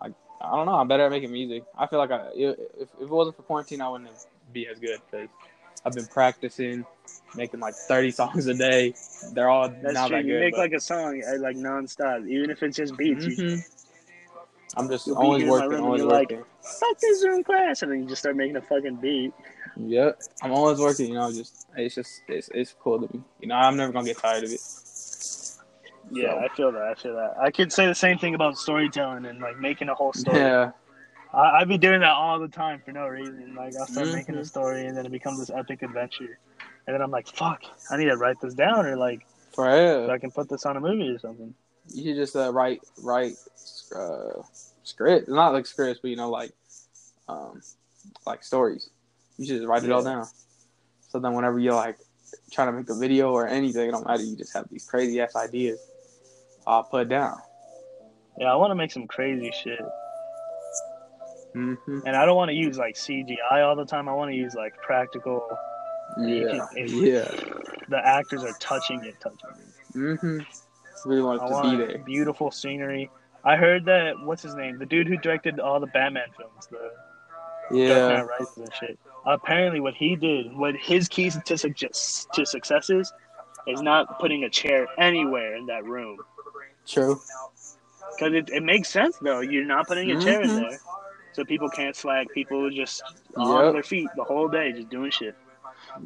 I, I don't know. I'm better at making music. I feel like I, if, if it wasn't for quarantine, I wouldn't be as good because I've been practicing, making like 30 songs a day. They're all
That's
not
true.
that
you
good.
make
but-
like a song uh, like nonstop, even if it's just beats. You
Mhm. Mm-hmm. I'm just
You'll be
always
here in my
working,
room and
always
you're like-
working.
fuck this Zoom class, and then you just start making a fucking beat.
Yep, I'm always working. You know, just it's just it's it's cool to me. You know, I'm never gonna get tired of it.
Yeah,
So-
I feel that. I feel that. I could say the same thing about storytelling and like making a whole story.
Yeah,
I, I be doing that all the time for no reason. Like I'll start
Mhm.
making a story and then it becomes this epic adventure. And then I'm like, fuck, I need to write this down or like
for real.
so I can put this on a movie or something.
you should just uh, write write uh, script, not like scripts, but you know, like um, like stories. You should just write it all
Yeah.
down. So then, whenever you're like trying to make a video or anything, it don't matter. You just have these crazy ass ideas. I'll put it down.
Yeah, I want to make some crazy shit.
Mm-hmm.
And I don't want to use like CGI all the time. I want to use like practical. You
Yeah,
can-
yeah.
The actors are touching it, touching it.
Mm-hmm. Really want
I
it to be
want
there.
beautiful scenery. I heard that what's his name, the dude who directed all the Batman films, the Dark
Yeah.
Knight Rises and shit. Apparently, what he did, what his keys to success to success is, is not putting a chair anywhere in that room.
True.
Because it, it makes sense though. You're not putting a chair in
Mhm.
there, so people can't slack. People are just on
Yep.
their feet the whole day, just doing shit.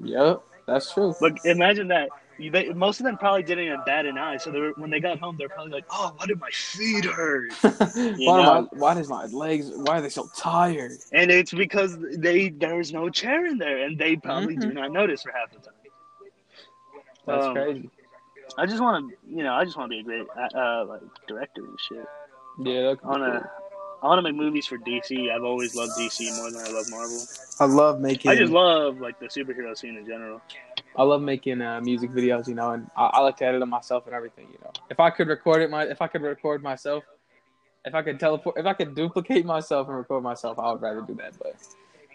Yep. That's true.
But imagine that. You- They, most of them probably didn't even bat an eye. So they were, when they got home, they're probably like, "Oh, why did my feet hurt?"
why, do my, why does my legs? Why are they so tired?
And it's because they there's no chair in there, and they probably do not notice for half the time.
That's
Um,
crazy.
I just want to, you know, I just want to be a great uh, uh, like director and shit.
Yeah. That
I want to, I want to make movies for DC. I've always loved DC more than I love Marvel.
I love making.
I just love like the superhero scene in general.
I love making uh, music videos, you know, and I, I like to edit them myself and everything, you know. If I could record it, my if I could record myself, if I could teleport, if I could duplicate myself and record myself, I would rather do that. But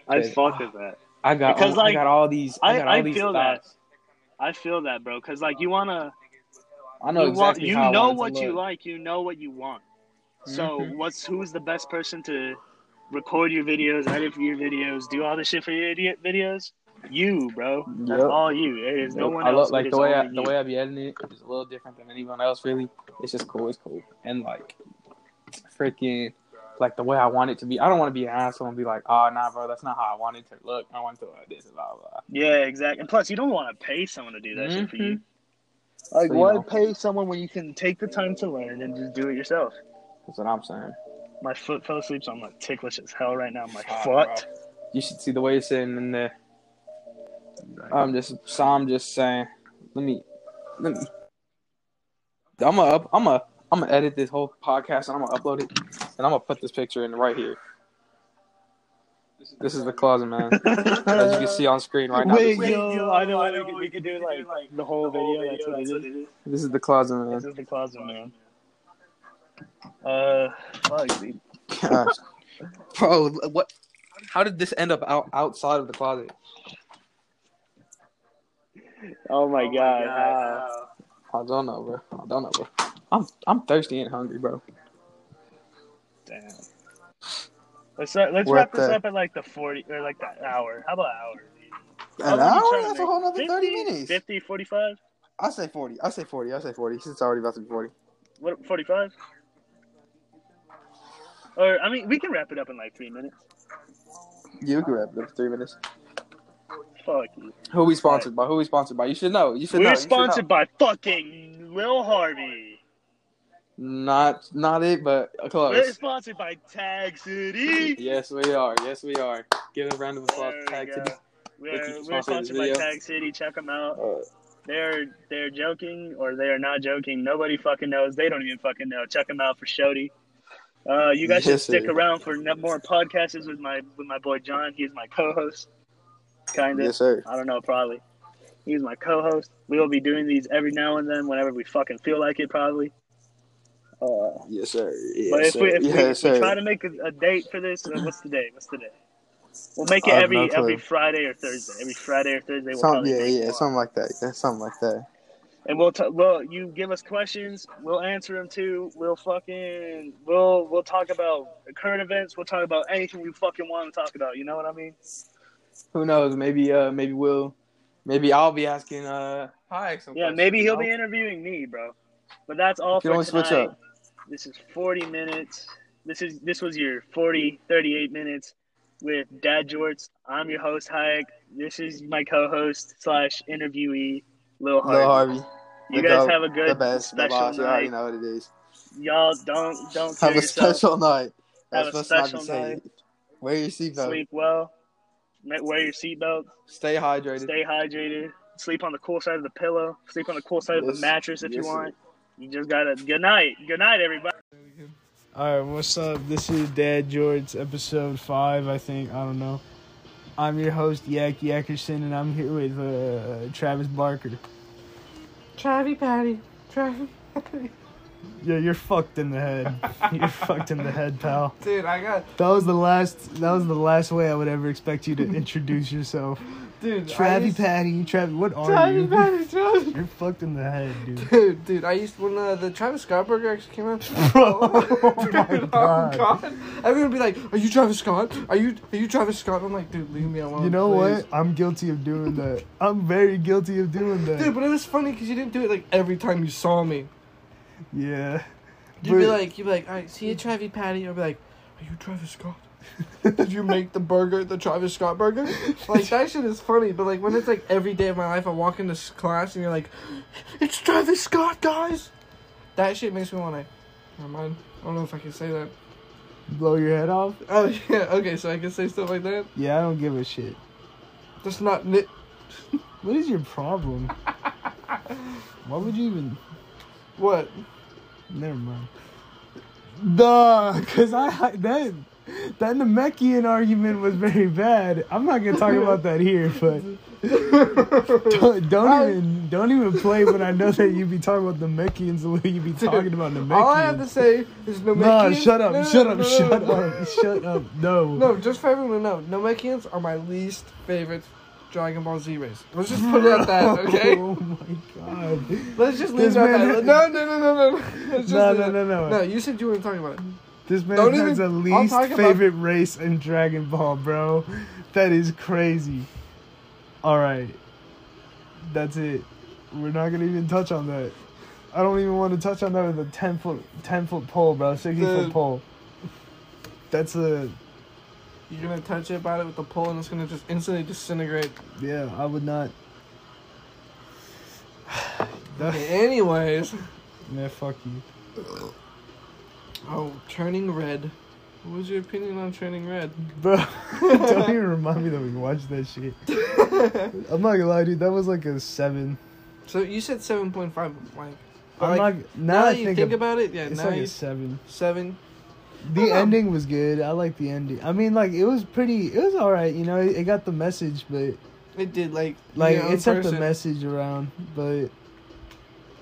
I
Okay.
fuck with that.
I got,
Because,
oh,
like,
I got all these, I,
I-
got all
I
these
feel that.
thoughts.
I feel that, bro. Cause like you wanna,
I know
you want,
exactly
you
how I
know
want
what
it to
you
look.
like, you know what you want. So
Mhm.
what's who's the best person to record your videos, edit for your videos, do all this shit for your idiot videos? You, bro. That's
Yep.
all you. It is no
Yep.
one
I
else.
look
It
like
is
the way I,
only
the
you.
way I be editing it is a little different than anyone else. Really, it's just cool. It's cool, and like, freaking, like the way I want it to be. I don't want to be an asshole and be like, oh nah, bro, that's not how I want it to look. I want it to look like this, blah blah.
Yeah, exactly. And plus, you don't want to pay someone to do that shit for you. Like,
Mm-hmm. So, you
why
know.
pay someone when you can take the time to learn and just do it yourself?
That's what I'm saying.
My foot fell asleep, so I'm like ticklish as hell right now. My
Ah,
foot.
You should see the way it's sitting in there. I'm just, so I'm just saying. Let me, let me. I'm gonna, up, I'm gonna, I'm gonna edit this whole podcast and I'm gonna upload it and I'm gonna put this picture in right here. This is the closet, man. As you can see on screen right now,
Wait,
this,
yo, I know. I know we, could, we could do like the whole video. That's what it is.
this is the closet,
This
man.
is the closet, man. Uh, fuck, dude.
Gosh. Bro, what? How did this end up out, outside of the closet?
Oh my god. ah.
I don't know, bro. I don't know, bro. I'm, I'm thirsty and hungry, bro.
Damn. Let's uh, let's
We're
wrap
at
this
the-
up at like the forty or like the hour. How about hour? How
An
long
hour?
you trying to
That's a
make?
whole nother 30
50?
minutes.
50, 45?
I say 40. I say 40. I say 40. It's already about to be 40.
What forty five? Or I mean, we can wrap it up in like three minutes.
You can wrap it up in three minutes.
Fuck you.
Who we sponsored by? Who we sponsored by? You should know. You should know.
We're
You should know.
sponsored by fucking Lil Harvey.
Not not it, but
We're
close.
sponsored by Tag City.
Yes, we are. Yes, we are. Give a round of applause
There
to
we
Tag
go.
City. Thank you
We're,
for
we're
sponsoring this
sponsored by
video.
Tag City. Check them out.
Uh,
They're they're joking or they are not joking. Nobody fucking knows. They don't even fucking know. Check them out for Shody. Uh, you guys should
Yes,
stick
sir.
around for no- more podcasts with my with my boy John. He's my co-host. Kind of.
yes, sir.
I don't know. Probably. He's my co-host. We will be doing these every now and then, whenever we fucking feel like it. Probably. Uh,
Yes, sir. Yes,
but if
sir.
we if, we,
yes,
if we
sir.
try to make a, a date for this, uh, what's the date? What's the date? We'll make it
I have
every
no clue.
every Friday or Thursday. Every Friday or Thursday, we'll
Some,
probably
yeah,
make
yeah,
one.
something like that. Yeah, something like that.
And we'll t- well you give us questions, we'll answer them too. We'll fucking we'll we'll talk about current events. We'll talk about anything we fucking want to talk about. You know what I mean?
Who knows? Maybe, uh, maybe we'll, maybe I'll be asking, uh, hi. Some
Yeah,
questions,
maybe
you
he'll
know?
be interviewing me, bro. But that's all
You can
for
only
tonight.
switch up.
This is 40 minutes. This is this was your 40 38 minutes with Dad Jorts. I'm your host Hayek. This is my co-host slash interviewee Lil Harvey.
Lil Harvey.
You
the
guys
goat,
have a
the
good
best, the
special
boss. You already
night.
know what it is.
Y'all don't don't kill
Have a
yourself.
special night.
Have
That's
a
what's not to
special
say.
night.
Wear your seatbelt.
Sleep well. Ma- Wear your seatbelt.
Stay hydrated.
Stay hydrated. Sleep on the cool side of the pillow. Sleep on the cool side of the
Yes.
mattress if you
Yes, sir.
want. You just gotta. Good night. Good night, everybody.
All right, what's up? This is Dad George, episode five, I think. I don't know. I'm your host Yak Yakerson, and I'm here with uh, Travis Barker.
Travie Patty. Travie Patty.
Yeah, you're fucked in the head. you're fucked in the head, pal.
Dude, I got
That was the last. That was the last way I would ever expect you to introduce yourself.
dude. I
Travy
used,
Patty, Trav. What are you?
Travis Patty, Travis.
You're fucked in the head, dude.
Dude, dude, I used when uh, the Travis Scott burger actually came out.
Bro, oh
dude,
my God.
Everyone would be like, "Are you Travis Scott? Are you are you Travis Scott?" I'm like, "Dude, leave me alone."
You know
please."
what? I'm guilty of doing that. I'm very guilty of doing that.
Dude, but it was funny because you didn't do it like every time you saw me.
yeah.
You'd
But-
be like, you'd be like, all right, see you, Travis Patty. I'd be like, are you Travis Scott? Did you make the burger, the Travis Scott burger? Like that shit is funny, but like when it's like every day of my life, I walk into s- class and you're like, it's Travis Scott, guys. That shit makes me want to. Never mind. I don't know if I can say that.
blow your head off?
Oh yeah, okay, so I can say stuff like that.
Yeah, I don't give a shit.
That's not nit.
What is your problem? Why would you even?
What?
Never mind. Duh, cause I that that Namekian argument was very bad. I'm not gonna talk about that here, but don't, don't even don't even play when I know that you be talking about Namekians the way you be talking about Namekians.
All I have to say is no.
Nah, shut up,
No, no,
shut
no,
up,
no, no,
shut
no.
up, shut up. No.
No, just for everyone to know, Namekians are my least favorite Dragon Ball Z race. Let's just put it at that, okay?
Oh my god.
Let's just
This
leave it
man-
at that. No, no, no, no, no. Let's just
No,
leave
no,
it-
no, no.
No, you said you weren't talking about it.
This man
Don't
has
even-
the
I'll
least
talk about-
favorite race in Dragon Ball, bro. That is crazy. All right, that's it. We're not gonna even touch on that. I don't even want to touch on that with a ten foot ten foot pole, bro. Sixty foot
Dude.
pole. That's a
You're gonna touch it about it with the pole, and it's gonna just instantly disintegrate.
yeah. I would not.
Okay, anyways,
Yeah, fuck you.
oh, turning red. What was your opinion on turning red?
Bro, don't even remind me that we watched that shit. I'm not gonna lie, dude. That was like a seven.
So you said seven point five, like. I
I'm
like-
not.
now
Now,
that
I
you
think,
think,
ab-
about it, yeah,
it's
now
like
you
a seven.
seven.
The ending was good. I like the ending. I mean, like it was pretty. It was all right. You know, it, it got the message, but
It did like
like
your own
it sent the
person.
message around. But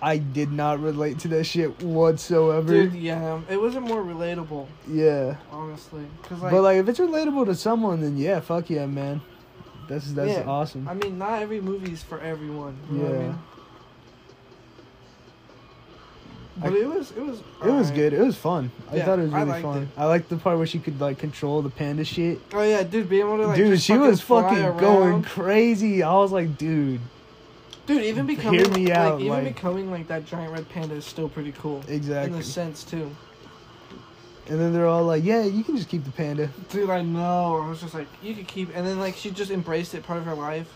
I did not relate to that shit whatsoever.
Dude, yeah, it wasn't more relatable,
yeah,
honestly, because
but like if it's relatable to someone, then yeah, fuck yeah, man. That's that's
Yeah.
awesome.
I mean, not every movie's for everyone. You know what I
Yeah.
mean? But
I-
it was it was
it was
alright.
good. It was fun. I
Yeah,
thought it was
I
really
liked
fun.
it.
I liked the part where she could like control the panda shit.
Oh yeah, dude, being able to like
dude,
just
she was
fly
fucking
around.
going crazy. I was like, dude,
Dude, even becoming
Hear me
like,
out,
even
like-
becoming like that giant red panda is still pretty cool in
exactly.
the sense too.
And then they're all like, yeah, you can just keep the panda.
Dude, I know. I was just like, you could keep, and then like she just embraced it, part of her life,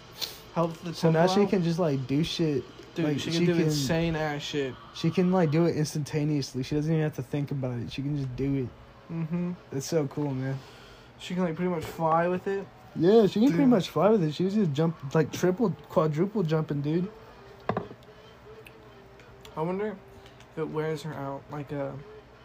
helped the.
So now
temple
she
out.
can just like do shit.
Dude,
like,
she
she
can do
can-
insane ass shit.
She can like do it instantaneously. She doesn't even have to think about it. She can just do it.
hmm
That's so cool, man.
She can like pretty much fly with it.
Yeah, she can pretty
Dude.
much fly with it. She was just jump like triple, quadruple jumping, dude.
I wonder if it wears her out like a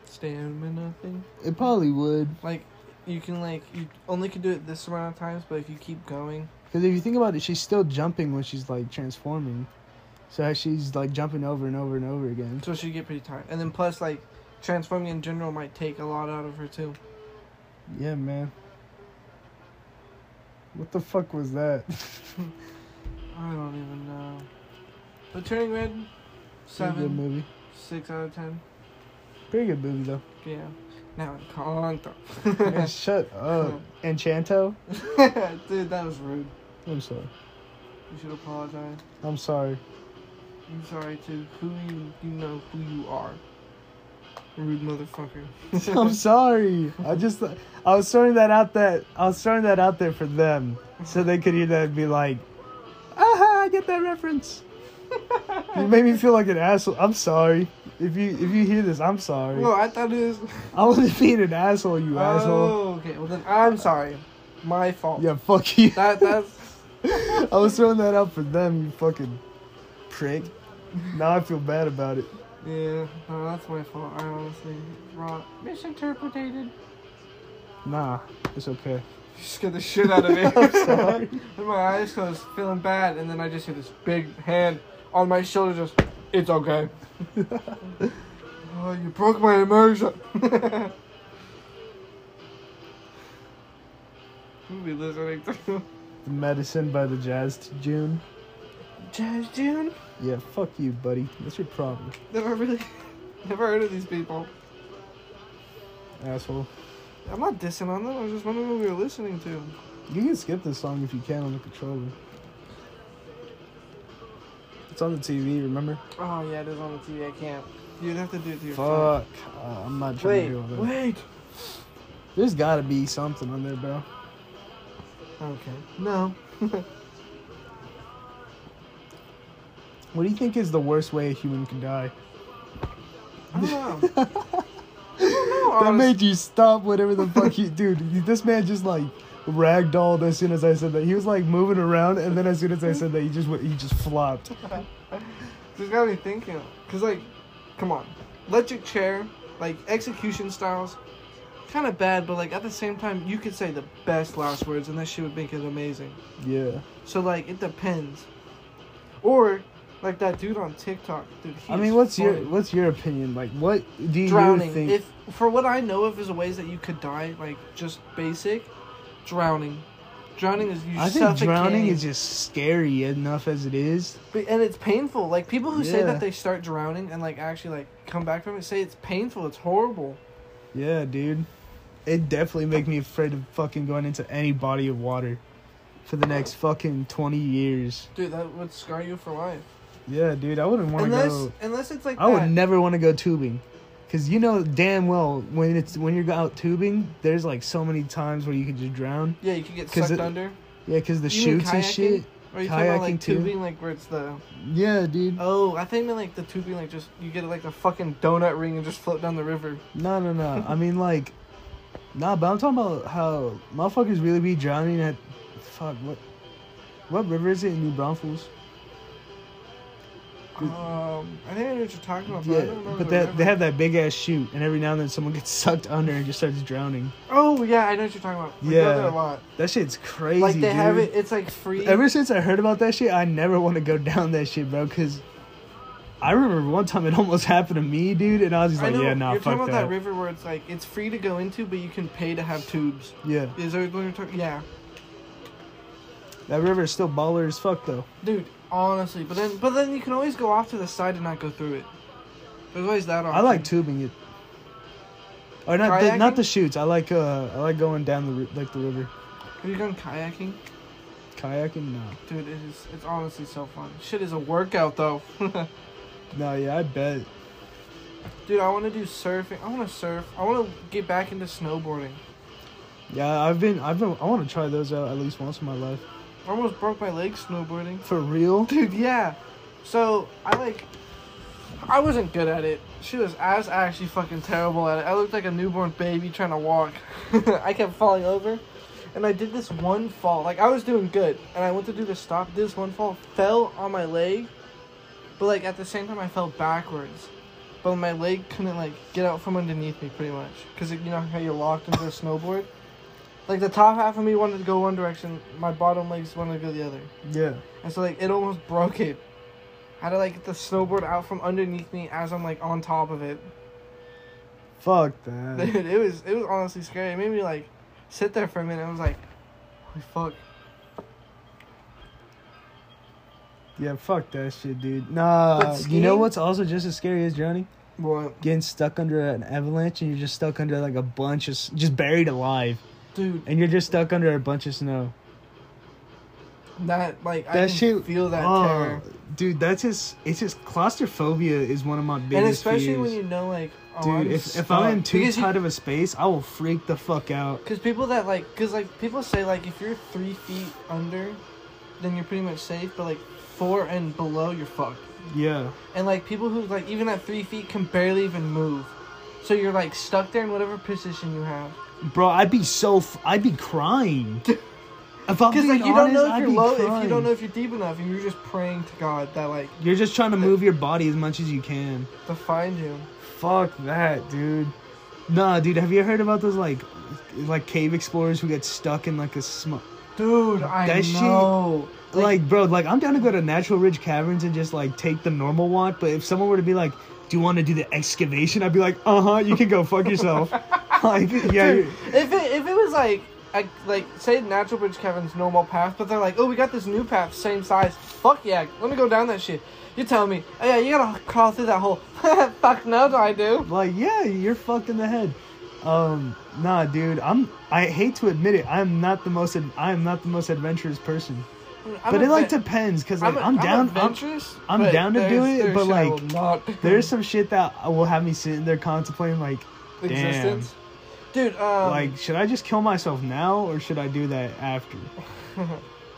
stamina thing.
It probably would,
Like, you can like you only can do it this amount of times, but if you keep going,
because if you think about it, she's still jumping when she's like transforming. So she's like jumping over and over and over again.
so she get pretty tired. And then plus, like, transforming in general might take a lot out of her too.
Yeah, man. What the fuck was that?
I don't even know. But turning red,
Pretty good
seven,
movie.
six out of ten.
Pretty good movie though.
Yeah. Now Encanto.
Man, shut up. Enchanto.
Dude, that was rude.
I'm sorry.
You should apologize.
I'm sorry.
I'm sorry to who you you know who you are. Rude motherfucker.
I'm sorry. I just I was throwing that out that I was throwing that out there for them so they could hear that and be like, "Aha, I get that reference." You made me feel like an asshole. I'm sorry. If you if you hear this, I'm sorry.
No, I thought it was.
I wasn't being an asshole, you asshole.
Oh, okay. Well then, I'm sorry. My fault.
Yeah, fuck you.
That that's
I was throwing that out for them, you fucking prick. Now I feel bad about it.
yeah. No, that's my fault. I honestly wrong misinterpreted. You
Nah, it's okay.
scared the shit out of me.
I'm sorry.
and my eyes closed, feeling bad, and then I just hear this big hand on my shoulder. Just it's okay. Oh, you broke my immersion. We'll be listening to
The Medicine by the Jazz to June.
Jazz June.
Yeah, fuck you, buddy. What's your problem,
Never really, never heard of these people.
asshole?
I'm not dissing on them. I was just wondering what we were listening to.
You can skip this song if you can on the controller. It's on the TV, remember?
Oh yeah, it is on the TV. I can't. You'd have to do it to your phone.
Fuck. Uh, I'm not trying
Wait,
to do all that.
wait.
There's gotta be something on there, bro.
Okay. No.
What do you think is the worst way a human can die?
I don't know. I don't know,
That
Oh, honest-
made you stop whatever the fuck you dude. you- This man just like ragdolled as soon as I said that. He was like moving around, and then as soon as I said that, he just went, he just flopped.
There's gotta be thinking. Cause like, come on, electric chair, like execution styles, kind of bad, but like at the same time, you could say the best last words, and that shit would make it amazing.
Yeah,
So like, it depends. Or like that dude on TikTok, dude. He
I
is
mean, what's your
funny.
what's your opinion? Like, what do you
drowning?
think?
If for what I know of is ways that you could die, like just basic, drowning. Drowning is you
I think
suffocating.
drowning is just scary enough as it is.
But, and it's painful. Like people who say
Yeah.
that they start drowning and like actually like come back from it say it's painful. It's horrible.
Yeah, dude. It definitely make me afraid of fucking going into any body of water for the next fucking twenty years.
Dude, that would scar you for life.
Yeah, dude, I wouldn't want to
Unless
go.
unless it's like
I
that.
would never want to go tubing, cause you know damn well when it's when you're out tubing, there's like so many times where you could just drown.
yeah, you could get
'Cause
sucked
it-
under.
Yeah, cause the
You mean
shoots and
kayaking?
shit.
Or you talking about
kayaking
like
too?
tubing, like where it's the
Yeah, dude.
oh, I think I meant, like the tubing, like just you get like a fucking donut ring and just float down the river.
No, no, no. I mean like, nah. But I'm talking about how motherfuckers really be drowning at, fuck what, what river is it in New Braunfels?
Um, I think I know what you're talking about. But I
Yeah,
don't know
but
the
that they
river.
have that big ass chute, and every now and then someone gets sucked under and just starts drowning.
Oh yeah, I know what you're talking about. We
Yeah.
go there a lot.
That shit's crazy.
like they
dude.
have it. It's like free.
Ever since I heard about that shit, I never want to go down that shit, bro. Cause I remember one time it almost happened to me, dude, and I was just
I
like,
know,
yeah, nah,
you're talking
fuck
about
that.
that. river where it's like it's free to go into, but you can pay to have tubes.
yeah,
Is there what you're talking? Yeah,
that river is still baller as fuck though.
dude. Honestly, but then but then you can always go off to the side and not go through it. There's always that option.
I like tubing it. Or not, the, not
Kayaking?
the chutes. I like uh, I like going down the ri- like the river,
Have you gone kayaking,
kayaking. No,
dude? It is. It's honestly so fun. Shit is a workout though.
no, yeah, I bet.
dude, I want to do surfing. I want to surf. I want to get back into snowboarding.
Yeah, I've been, I've been, I want to try those out at least once in my life.
I almost broke my leg snowboarding.
For real?
Dude, yeah. So I like, I wasn't good at it. She was. I was actually fucking terrible at it. I looked like a newborn baby trying to walk. I kept falling over, and I did this one fall. Like I was doing good, and I went to do the stop. Did this one fall, fell on my leg, but like at the same time I fell backwards. But my leg couldn't like get out from underneath me pretty much, cause like, you know how you're locked into a snowboard. Like the top half of me wanted to go one direction, my bottom legs wanted to go the other.
Yeah.
And so like it almost broke it. I had to like get the snowboard out from underneath me as I'm like on top of it.
Fuck that.
Dude, it was it was honestly scary. It made me like sit there for a minute. I was like, holy fuck.
yeah, fuck that shit, dude. Nah.
But
You know
skiing-
what's also just as scary as drowning?
What?
Getting stuck under an avalanche and you're just stuck under like a bunch of s- just buried alive
Dude,
and you're just stuck under a bunch of snow.
that like I
That
can
shit-
feel that
Oh,
terror.
dude, that's just it's just claustrophobia is one of my biggest
And especially
fears.
when you know like oh,
Dude,
I'm
if, if I'm in
stuck.
too
Because you-
tight of a space, I will freak the fuck out.
Cause people that like, cause like people say like if you're three feet under, then you're pretty much safe. But like four and below, you're fucked.
Yeah.
And like people who like even at three feet can barely even move. So you're like stuck there in whatever position you have.
Bro, I'd be so f- I'd be crying. If I'm
Because
being
like you
honest,
don't know if
I'd
you're
be
low, if you
crying.
don't know if you're deep enough, and you're just praying to God that like
You're just trying to move your body as much as you can.
to find you.
Fuck that, dude. Nah, dude, have you heard about those like like cave explorers who get stuck in like a sm-
Dude, I
That shit-
know.
Like, bro, like I'm down to go to Natural Ridge Caverns and just like take the normal walk. But if someone were to be like, "Do you want to do the excavation?" I'd be like, "Uh huh, you can go fuck yourself." like, yeah,
Dude,
you're-
if it if it was like like like say Natural Bridge Kevin's normal path, but they're like, oh, we got this new path, same size. Fuck yeah, let me go down that shit. You tell me, oh yeah, you gotta crawl through that hole. Fuck no, do I do?
like yeah, you're fucked in the head. Um, nah, dude, I'm. I hate to admit it, I'm not the most. ad- I am not the most adventurous person.
I'm
but
a
it like
ve-
depends, cause like
a-
I'm, down. I'm,
adventurous,
I'm
but
down to do
there's-
it,
there's
but,
shit I
like,
will not do.
there's some shit that will have me sitting there contemplating, like,
existence. Dude, um,
like should I just kill myself now or should I do that after?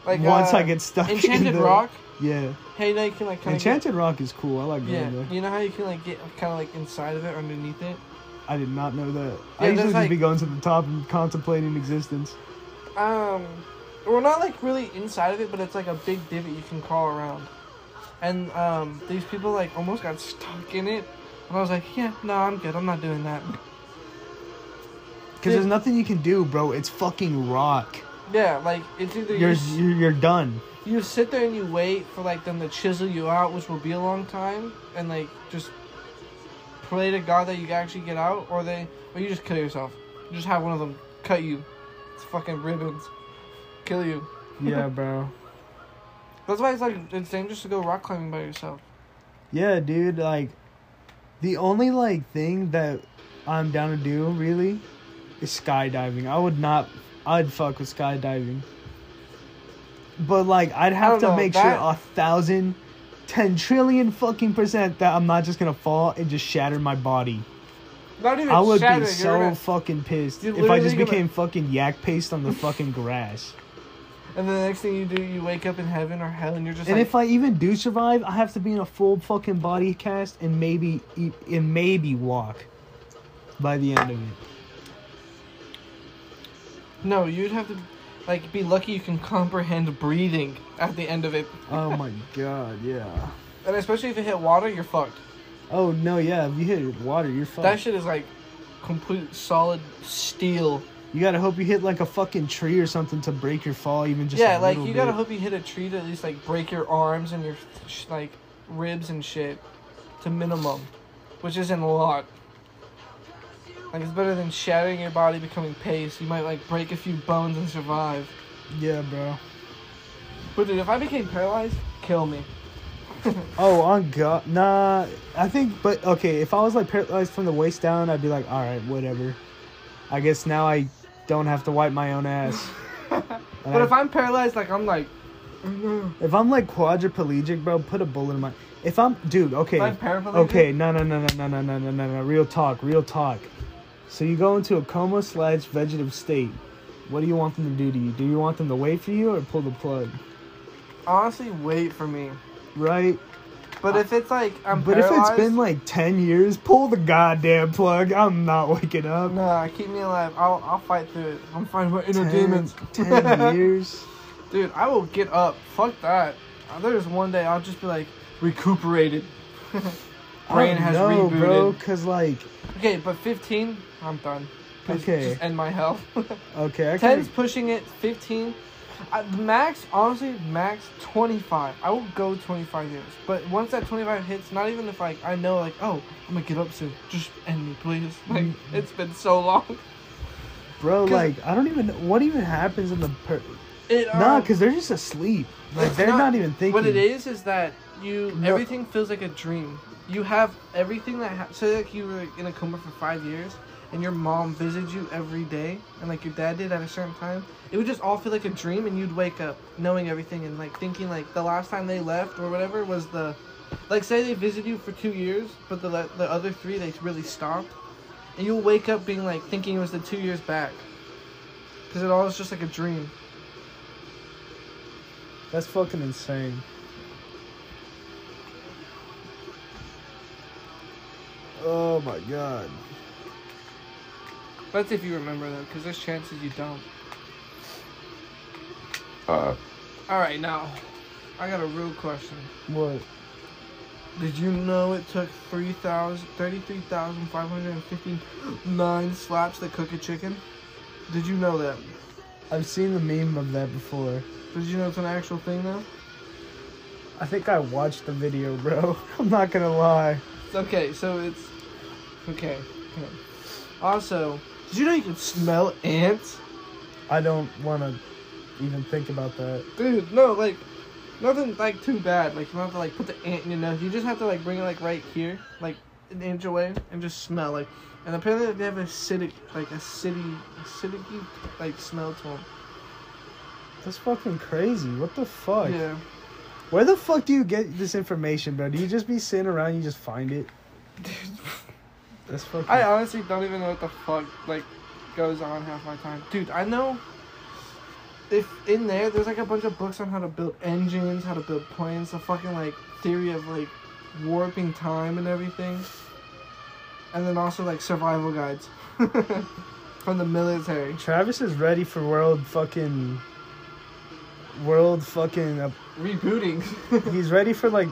like,
once
uh,
I get stuck in
Enchanted
the-
Rock.
Yeah.
Hey, now you can like kind of
Enchanted Rock is cool. I like
Get, yeah,
going there.
you know how you can like get kind of like inside of it, underneath it.
I did not know that.
Yeah,
I usually
there's,
just be
like-
going to the top and contemplating existence.
um we're not like really inside of it but it's like a big divot you can crawl around and um these people like almost got stuck in it and i was like yeah no i'm good i'm not doing that
Because there's nothing you can do, bro. It's fucking rock.
yeah like it's either you,
You're
s-
you're, you're done.
you sit there and you wait for like them to chisel you out which will be a long time and like just pray to god that you actually get out or they or you just kill yourself you just have one of them cut you it's fucking ribbons kill you
Yeah, bro.
that's why it's like it's dangerous to go rock climbing by yourself
Yeah, dude. Like, the only like thing that I'm down to do really is skydiving. I would not. I'd fuck with skydiving. But like, I'd have
don't
to
know,
make
that-
sure a thousand, ten trillion fucking percent that I'm not just gonna fall and just shatter my body.
Not even
I would
shatter,
be
you're
so
gonna-
fucking pissed
You're
if I just
literally
became fucking yak paste on the fucking grass.
And then the next thing you do, you wake up in heaven or hell, and you're just
and
like,
if I even do survive, I have to be in a full fucking body cast and maybe eat, and maybe walk by the end of it.
no, you'd have to, like, be lucky you can comprehend breathing at the end of it.
Oh my god, yeah.
And especially if you hit water, you're fucked.
Oh no, yeah. If you hit water, you're fucked.
That shit is like complete solid steel.
you gotta hope you hit like a fucking tree or something to break your fall, even just
yeah,
a
like
little
you gotta
bit.
hope you hit a tree to at least like break your arms and your sh- like ribs and shit to minimum, which isn't a lot. Like it's better than shattering your body, becoming paste. You might like break a few bones and survive.
Yeah, bro.
But dude, if I became paralyzed, kill me.
Oh, on God, nah. I think, but okay, if I was like paralyzed from the waist down, I'd be like, all right, whatever. I guess now I don't have to wipe my own ass.
But if I'm paralyzed, like I'm like,
If I'm like quadriplegic, bro, put a bullet in my. If I'm, dude, okay,
I'm paraplegic?
okay, no, no, no, no, no, no, no, no, no, no, real talk, real talk. So you go into a coma slash vegetative state. What do you want them to do to you? Do you want them to wait for you or pull the plug?
honestly, wait for me.
Right.
But if it's like I'm
Uh, But if it's been like ten years, pull the goddamn plug. I'm not waking up.
nah, keep me alive. I'll I'll fight through it. I'm fighting my inner
Ten-
demons.
ten years.
dude, I will get up. Fuck that. Uh, There's one day I'll just be like recuperated. Brain
I don't
has
know, bro.
rebooted.
Cause like,
Okay, but 15, I'm done. Just-
Okay.
Just end my health.
okay, I can.
Ten's pushing it. 15. Uh, max, honestly, max 25. I will go 25 years. But once that 25 hits, not even if like I know like, oh, I'm gonna get up soon. Just end me, please. Like
Mm.
it's been so long.
bro,
'cause-
like, I don't even. What even happens in the? Per-
It, um,
No, nah, because they're just asleep. Like
It's
they're not, even thinking.
What it is is that you
No.
everything feels like a dream. You have everything that ha- say like you were in a coma for five years, and your mom visits you every day, and like your dad did at a certain time. It would just all feel like a dream, and you'd wake up knowing everything and like thinking like the last time they left or whatever was the, like say they visit you for two years, but the le- the other three they really stopped, and you'll wake up being like thinking it was the two years back. Cause it all is just like a dream.
That's fucking insane. Oh my god.
That's if you remember though, because there's chances you don't. All right, now I got a real question.
What?
Did you know it took 3,000 33,559 slaps to cook a chicken? Did you know that?
I've seen the meme of that before.
Did you know it's an actual thing though?
I think I watched the video, bro. I'm not gonna lie.
Okay, so it's okay. okay. Also, did you know you can smell ants?
I don't want to even think about that.
Dude, no, like nothing like too bad. Like you don't have to like put the ant in your nose. You just have to like bring it like right here, like an inch away, and just smell like. And apparently they have acidic, like acidic, acidic like smell to them.
That's fucking crazy. What the fuck?
Yeah.
Where the fuck do you get this information, bro? Do you just be sitting around and you just find it? That's fucking.
I honestly don't even know what the fuck like goes on half my time. Dude, I know if in there there's like a bunch of books on how to build engines, how to build planes, the fucking like theory of like warping time and everything. And then also like survival guides from the military.
Travis is ready for world fucking. World fucking. Uh,
Rebooting.
he's ready for like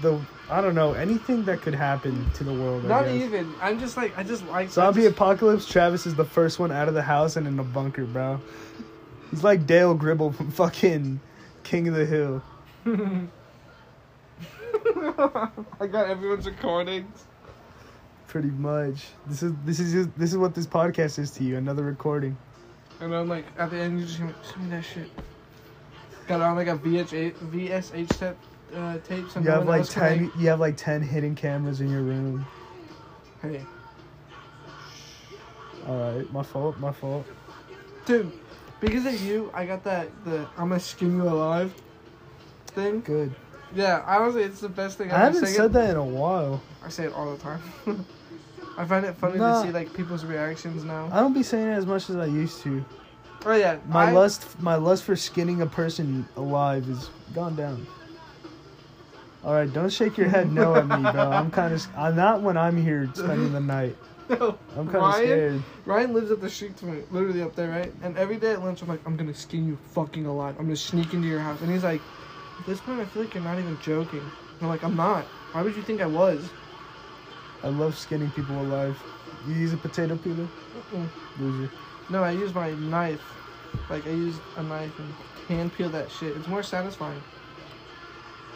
the. I don't know anything that could happen to the world. I
Not
guess.
even. I'm just like I just like
Zombie
I just-
apocalypse. Travis is the first one out of the house and in the bunker, bro. He's like Dale Gribble from fucking King of the Hill.
I got everyone's recordings.
Pretty much. This is this is just, this is what this podcast is to you. Another recording.
And I'm like, at the end, you just gonna show me that shit. Got on like a VH8, VSH tape, uh, tapes. And
You
no
have
one
like
else can
ten. You have like ten hidden cameras in your room.
make- Hey,
All right, my fault. My fault.
dude, because of you, I got that the I'm gonna skin you alive thing.
Good.
Yeah, honestly, it's the best thing.
I
I've
haven't
been saying
said
it-
that in a while.
I say it all the time. I find it funny
Nah.
to see like people's reactions now.
I don't be saying it as much as I used to.
oh yeah,
My
I-
lust, my lust for skinning a person alive has gone down. All right, don't shake your head no at me, bro. I'm kind of, I'm not when I'm here spending the night.
No,
I'm kind of
Ryan?
scared.
Ryan lives up the street to me, literally up there, right? And every day at lunch, I'm like, I'm gonna skin you fucking alive. I'm gonna sneak into your house. And he's like, at this point, I feel like you're not even joking. And I'm like, I'm not. Why would you think I was?
I love skinning people alive. You use a potato peeler,
Mm-mm.
loser.
No, I use my knife. Like, I use a knife and hand peel that shit. It's more satisfying.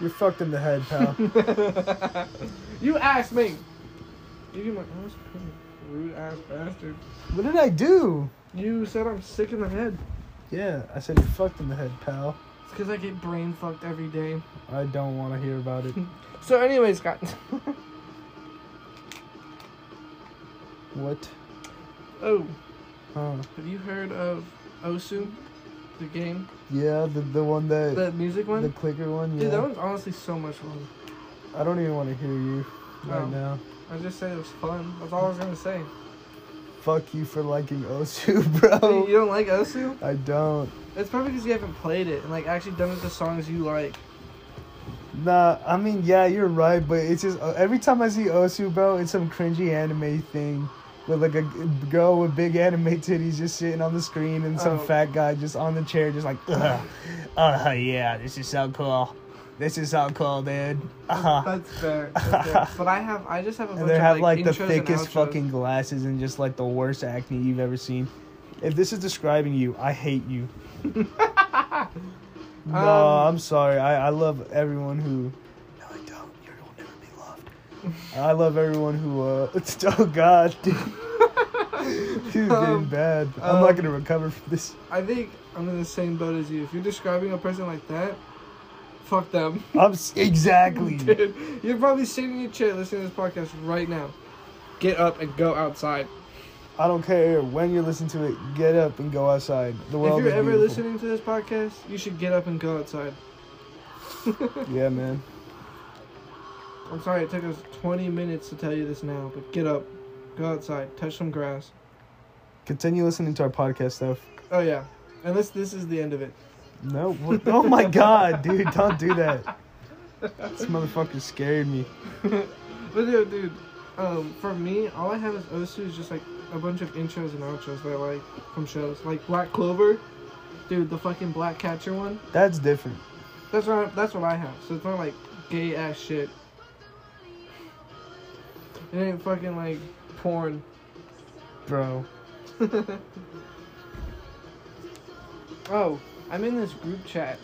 You're fucked in the head, pal.
you asked me. Give you my ass pin, rude ass bastard.
what did I do?
You said I'm sick in the head.
Yeah, I said you're fucked in the head, pal.
It's because I get brain fucked every day.
I don't want to hear about it.
So, anyways, guys.
What?
oh.
Huh?
Have you heard of Osu, the game,
Yeah, the the one that
the music
the
one?
clicker one. Yeah.
Dude, that one's honestly so much fun.
I don't even want to hear you right
Oh.
now.
I just said it was fun. That's all I was gonna say.
Fuck you for liking Osu,
Dude, you
bro.
don't like Osu?
I don't.
It's probably because you haven't played it and like actually done it to songs you like.
Nah, I mean, yeah, you're right, but it's just uh, every time I see Osu, bro, it's some cringy anime thing with like a g- girl with big anime titties just sitting on the screen and some
Oh.
fat guy just on the chair, just like, Ugh. uh, yeah, this is so cool. This is so cool, dude. Uh-huh.
That's fair. That's fair. but I have, I just have a bunch
And they
of
have
like,
like the
intros and
thickest
outros.
fucking glasses and just like the worst acne you've ever seen. If this is describing you, I hate you. No,
Um,
I'm sorry. I, I love everyone who. No, I don't. You will never be loved. I love everyone who. Uh, oh God, dude. This is getting
Um,
bad. I'm not
um,
gonna recover from this.
I think I'm in the same boat as you. If you're describing a person like that, fuck them.
I'm s- exactly.
Dude, you're probably sitting in your chair listening to this podcast right now. Get up and go outside.
I don't care when you're listening to it. Get up and go outside. The world.
if you're
is
ever
beautiful.
listening to this podcast, you should get up and go outside.
Yeah, man.
I'm sorry it took us 20 minutes to tell you this now, but get up, go outside, touch some grass.
Continue listening to our podcast stuff.
Oh yeah, unless this is the end of it.
No. what- Oh my God, dude! Don't do that. This motherfucker scared me.
But dude, dude, um, for me, all I have is Osu is just like a bunch of intros and outros that I like from shows, like Black Clover, dude, the fucking Black Catcher one.
That's different.
That's what I, that's what I have. So it's not like gay ass shit. It ain't fucking like porn.
Bro.
Oh, I'm in this group chat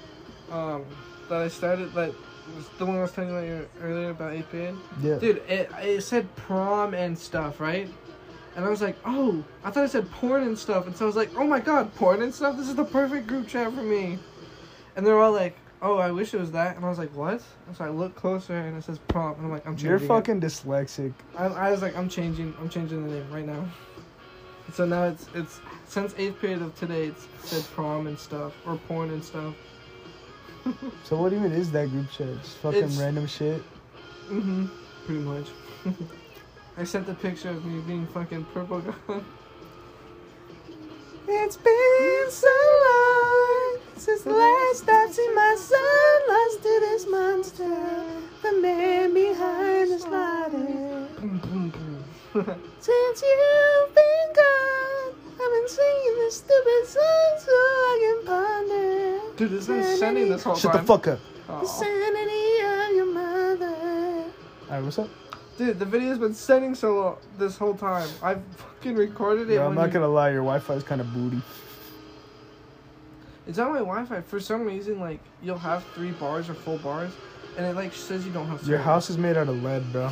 um, that I started, like, was the one I was telling you about earlier about 8th grade.
Yeah.
Dude, it, it said prom and stuff, right? And I was like, oh, I thought it said porn and stuff. And so I was like, oh my god, porn and stuff? This is the perfect group chat for me. And they're all like, oh, I wish it was that. And I was like, what? And so I look closer and it says prom. And I'm like, I'm changing.
You're
it.
fucking dyslexic.
I, I was like, I'm changing. I'm changing the name right now. And so now it's it's since eighth period of today, it's said prom and stuff or porn and stuff.
So what even is that group chat? Just fucking
It's-
random shit.
Mm-hmm. Pretty much. I sent the picture of me being fucking purple gone. It's been so long since last I've seen my son lost to this monster, the man behind the sliding. since you've been gone, I've been singing this stupid song so I can ponder. Dude, this is sending this whole
Shut
time. Oh.
the fuck up.
Aw.
Alright, what's up?
Dude, the video's been sending so long this whole time. I've fucking recorded it.
Bro, I'm
when
not
you-
gonna lie, your Wi-Fi is kind of booty.
It's on my Wi-Fi. For some reason, like you'll have three bars or full bars, and it like says you don't have.
Your
service.
house is made out of lead, bro.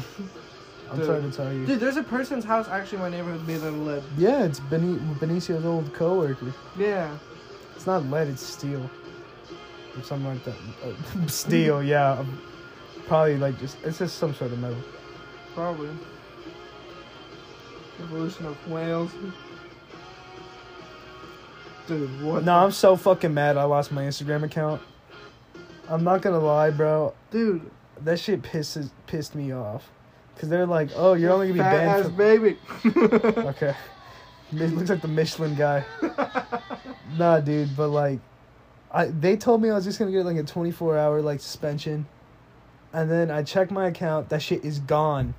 I'm
Dude.
trying to tell you.
Dude, there's a person's house actually in my neighborhood made out of lead.
Yeah, it's Beni- Benicio's old coworker.
Yeah.
It's not lead, it's steel. Or something like that. Uh, steel, yeah. um, Probably like just, it's just some sort of metal.
Probably. Revolution of Wales. Dude, what?
No, I'm
the-
so fucking mad I lost my Instagram account. I'm not gonna lie, bro.
Dude,
That shit pisses pissed me off. Cause they're like, oh, you're only gonna be
fat
banned
ass
from
baby.
Okay. It looks like the Michelin guy. nah, dude, but like, I they told me I was just gonna get like a twenty four hour like suspension, and then I checked my account. That shit is gone.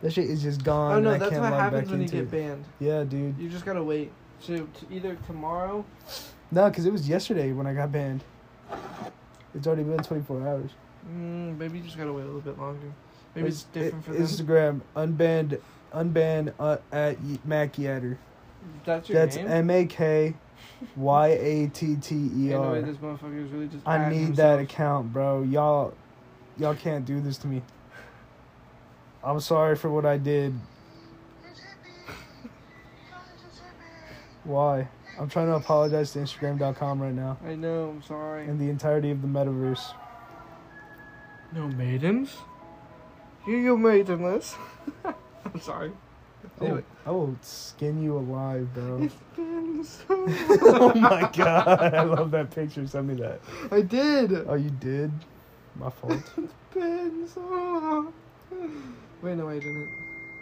That shit is just gone.
oh
and
no,
I
that's
can't
what
log
happens
back
when you
into
get
it.
banned.
Yeah, dude.
You just gotta wait. To, to either tomorrow
No, because it was yesterday when I got banned. It's already been twenty four hours.
Mm, maybe you just gotta wait a little bit longer. Maybe it's,
It-
different for
it-
them.
Instagram unbanned, unbanned uh, at Ye- Mac Yatter.
That's your
That's
name.
M A K, Y A T T E
Ain't no way
R.
this motherfucker is really just.
I
adding
need that
himself.
account, bro. Y'all, y'all can't do this to me. I'm sorry for what I did. Why? I'm trying to apologize to Instagram.com right now
I know. I'm sorry.
and the entirety of the metaverse.
no maidens. You you maidenless. I'm sorry.
Oh,
Anyway.
I will skin you alive, bro.
It's been so.
oh my god, I love that picture. Send me that.
I did. It's
Oh, you did? My fault.
been so. long. Wait, no, I didn't.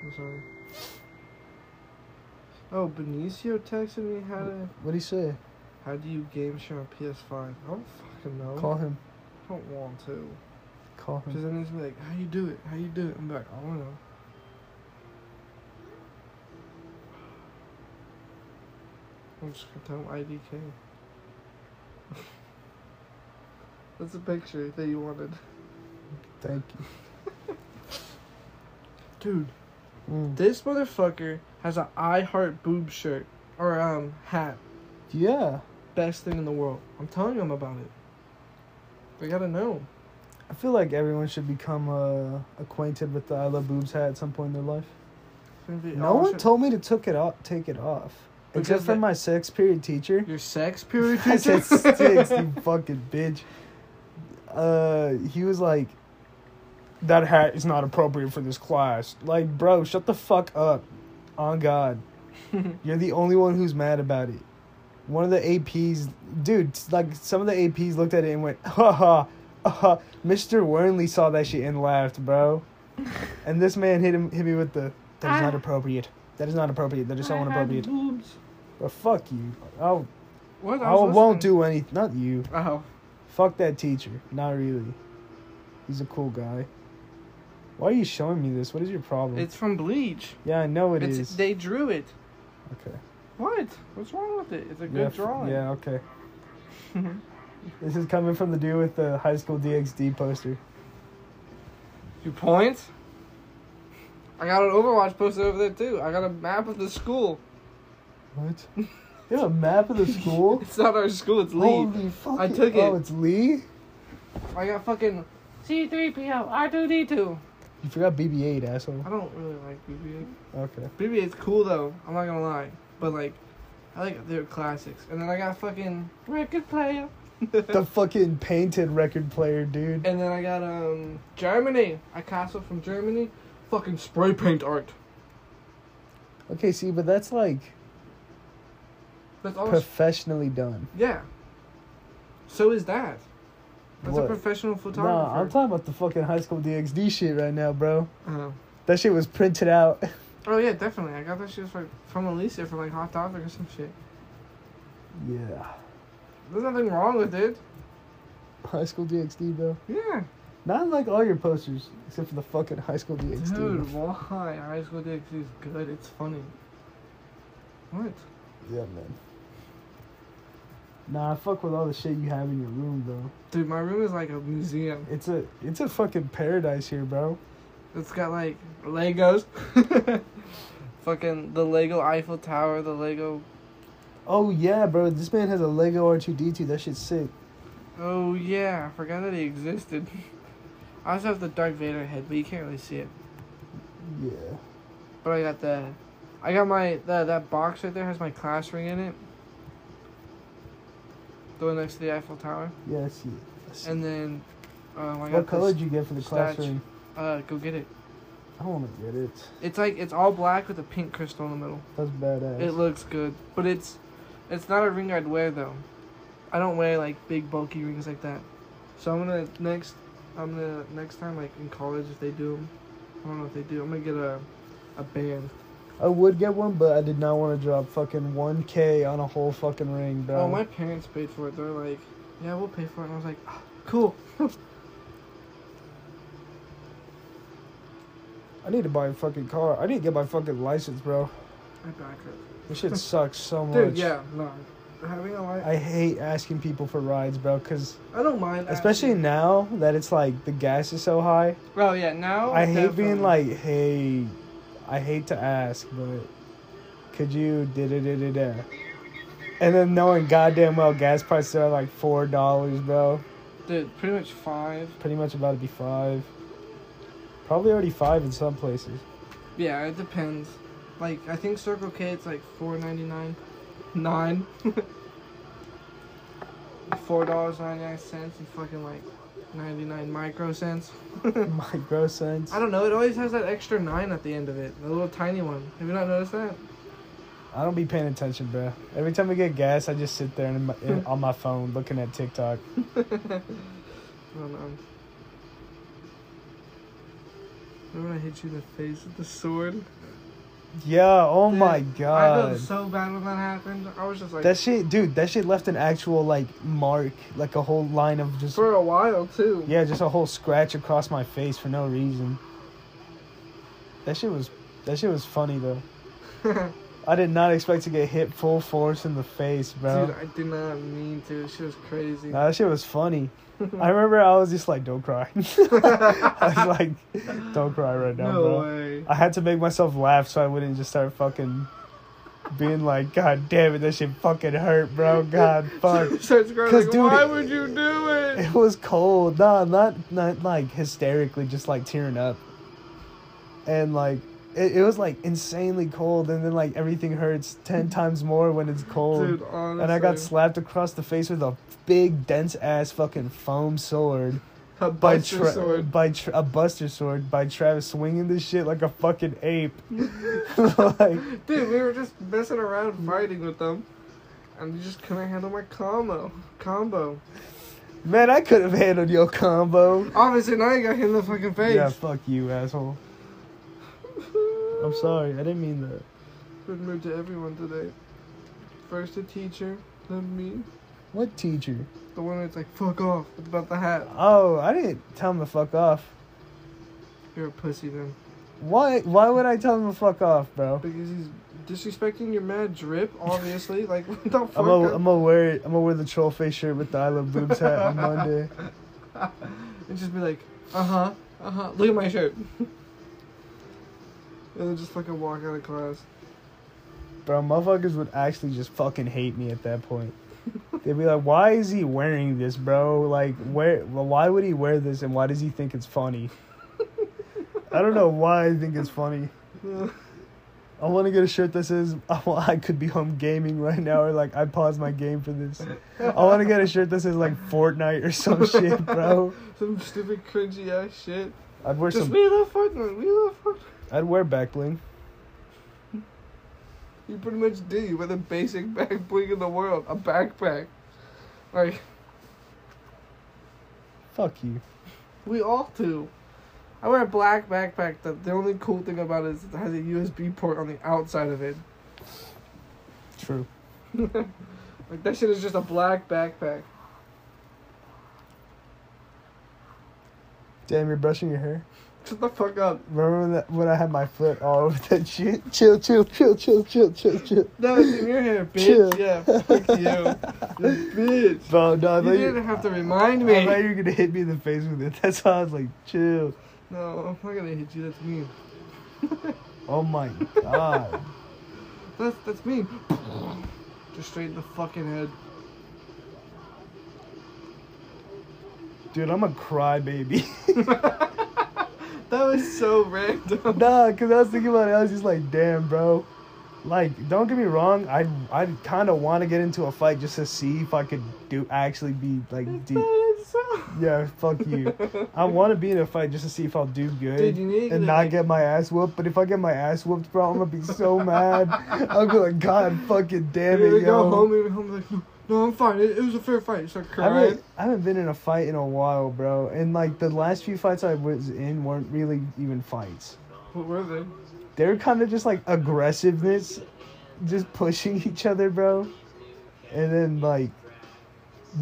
I'm sorry. Oh, Benicio texted me how to
What'd he say?
how do you game share on PS5? I don't fucking know.
Call him.
I don't want to.
Call
Because
him.
then he's like, how you do it? How you do it? I'm like, I don't know. I'm just gonna tell him IDK. That's a picture that you wanted.
Thank
Dude,
you. Mm.
this motherfucker has an I heart boob shirt or um hat.
Yeah.
Best thing in the world. I'm telling him about it. They gotta know.
I feel like everyone should become uh, acquainted with the I Love Boobs hat at some point in their life.
It's gonna be-
No
all
one
shit-
told me to took it off, take it off,
Because
except for
the-
my sex period teacher.
your sex period
I
teacher.
said sticks, you fucking bitch. Uh, he was like, "That hat is not appropriate for this class." Like, bro, shut the fuck up. On God, you're the only one who's mad about it. One of the APs, dude, like some of the APs looked at it and went, "Ha ha, ha." Mr. Wernley saw that shit and laughed, bro. And this man hit him, hit me with the, "That is not appropriate. That is not appropriate. That is so
Ah. I had
inappropriate."
boobs.
But fuck you. Oh, I'll
What?
I
was
won't
listening.
do anything. Not you.
Oh.
Fuck that teacher. Not really. He's a cool guy. Why are you showing me this? What is your problem?
It's from Bleach.
yeah, I know it
it's,
is.
They drew it.
okay.
What? What's wrong with it? It's a good
yeah, f-
drawing.
Yeah, okay. This is coming from the dude with the high school DxD poster.
Your point? I got an Overwatch poster over there too. I got a map of the school.
What? You have a map of the school?
It's not our school. It's Lee.
Holy fuck.
I took
Oh,
it.
it's Lee?
I got fucking C3PO, R2D2.
You forgot BB 8, asshole.
I don't really like BB-8.
Okay.
BB-8's cool though. I'm not gonna lie, but like, I like their classics. And then I got fucking record player.
The fucking painted record player, dude.
And then I got um Germany. I castle from Germany. Fucking spray paint art.
Okay, see, but that's like
That's all.
professionally done.
yeah. So is that. That's a
What?
professional photographer.
Nah, I'm talking about the fucking high school DxD shit right now, bro.
oh.
That shit was printed out.
Oh, yeah, definitely. I got that shit from, from Alicia from like Hot Topic or some shit.
Yeah.
There's nothing wrong with it.
High school DxD, bro.
Yeah.
Not like all your posters, except for the fucking high school DxD.
Dude, why? High School DxD is good. It's funny. What?
Yeah, man. Nah, I fuck with all the shit you have in your room, though.
Dude, my room is like a museum.
It's a it's a fucking paradise here, bro.
It's got like Legos. Fucking the Lego Eiffel Tower, the Lego.
Oh yeah, bro. This man has a Lego R two D two. That shit's sick.
Oh, yeah. I forgot that he existed. I also have the Dark Vader head, but you can't really see it.
Yeah.
But I got the. I got my. The, that box right there has my class ring in it. The one next to the Eiffel Tower.
Yeah, I see. it. I see
And then. Um, I
it.
got
What color
this-
did you get for the
statue.
classroom?
Uh, go get it.
I want to get it.
It's like it's all black with a pink crystal in the middle.
That's badass.
It looks good, but it's it's not a ring I'd wear though. I don't wear like big bulky rings like that. So I'm gonna next I'm gonna next time like in college if they do 'em, I don't know if they do. I'm gonna get a a band.
I would get one, but I did not want to drop fucking one k on a whole fucking ring, bro.
Oh, my parents paid for it. They're like, yeah, we'll pay for it. And I was like, "Ah, cool.
I need to buy a fucking car. I need to get my fucking license, bro.
I back it.
This shit sucks so much.
Dude, yeah, no. Having a life,
I hate asking people for rides, bro, because
I, don't mind.
especially
asking.
now that it's like the gas is so high.
Oh yeah, now
I hate being
definitely.
like, hey, I hate to ask, but could you da da da da da? And then knowing goddamn well gas prices are like four dollars, bro.
dude, pretty much five.
Pretty much about to be five. Probably already five in some places.
Yeah, it depends. Like I think Circle K it's like four ninety nine, nine, four dollars ninety nine cents and fucking like ninety nine micro cents.
My gross sense.
I don't know. It always has that extra nine at the end of it, the little tiny one. Have you not noticed that?
I don't be paying attention, bro. Every time I get gas, I just sit there and and on my phone looking at TikTok.
I don't know. Remember when I hit you in the face with the sword?
Yeah. Oh
Dude,
my
I
god.
felt so bad when that happened. I was just like
That shit, dude. That shit left an actual like mark, like a whole line of just
for a while too.
Yeah, just a whole scratch across my face for no reason. That shit was that shit was funny though. I did not expect to get hit full force in the face, bro.
Dude, I did not mean to. She was crazy.
Nah, that shit was funny. I remember I was just like, "Don't cry." I was like, "Don't cry right now,
no
bro."
way.
I had to make myself laugh so I wouldn't just start fucking being like, "God damn it, that shit fucking hurt, bro." God fuck.
Starts crying,
'Cause,
like,
dude,
why
it-
would you do it?
It was cold. Nah, not not like hysterically, just like tearing up. And like it, it was like insanely cold and then like everything hurts ten times more when it's cold.
Dude, honestly.
and I got slapped across the face with a big dense ass fucking foam sword
a
by
buster
Tra-
sword.
by tra- a buster sword by Travis swinging this shit like a fucking ape. like
Dude, we were just messing around fighting with them. And you just couldn't handle my combo. Combo.
man, I could have handled your combo.
Obviously, now you got hit in the fucking face.
Yeah, fuck you, asshole. I'm sorry. I didn't mean that.
Good mood to everyone today. First the teacher, then me.
What teacher?
The one that's like, fuck off about the hat.
Oh, I didn't tell him to fuck off.
You're a pussy then.
Why? Why would I tell him to fuck off, bro?
Because he's disrespecting your mad drip, obviously. like, what the fuck?
I'm gonna I'm gonna wear it. I'm gonna wear the troll face shirt with the I love boobs hat on Monday.
and just be like, uh huh, uh huh. Look at my shirt. and then just fucking walk out of class.
Bro, motherfuckers would actually just fucking hate me at that point. They'd be like, "Why is he wearing this, bro? Like, where? Well, why would he wear this, and why does he think it's funny?" I don't know why I think it's funny. I want to get a shirt that says I, wa- I could be home gaming right now, or like I paused my game for this. I want to get a shirt that says like Fortnite or some Oh, shit, bro.
Some stupid cringy ass shit.
I'd wear
Just
some.
we love Fortnite. We love Fortnite.
I'd wear back bling.
You pretty much do. You wear the basic back bling in the world, a backpack. Like
Fuck you.
we all do. I wear a black backpack. The, the only cool thing about it is it has a USB port on the outside of it.
True.
Like that shit is just a black backpack.
Damn, you're brushing your hair.
Shut the fuck up.
Remember when, that, when I had my foot all over that shit? Chill, chill, chill, chill, chill, chill, chill.
No, it's in your hair, bitch.
Chill.
Yeah, fuck you. You bitch.
Bro, no, I
You
thought you,
didn't have to remind
I thought
me.
you were gonna hit me in the face with it. That's why I was like, chill.
No, I'm not gonna hit you. That's mean.
Oh my god.
That's that's mean. Just straight in the fucking head.
Dude, I'm a crybaby.
That was so random.
nah, cause I was thinking about it. I was just like, damn, bro. Like, don't get me wrong. I I kind of want to get into a fight just to see if I could do actually be like deep.
That's so-
Yeah, fuck you. I want to be in a fight just to see if I'll do good
Dude, you need to
and not
like-
get my ass whooped. But if I get my ass whooped, bro, I'm gonna be so mad. I'll be like, God, fucking damn
Maybe
it,
go
yo.
home, maybe home like, no, I'm fine. It, it was a fair fight. You start
I
crying.
haven't, I haven't been in a fight in a while, bro. And like the last few fights I was in weren't really even fights.
What were they?
They were kind of just like aggressiveness, just pushing each other, bro. And then like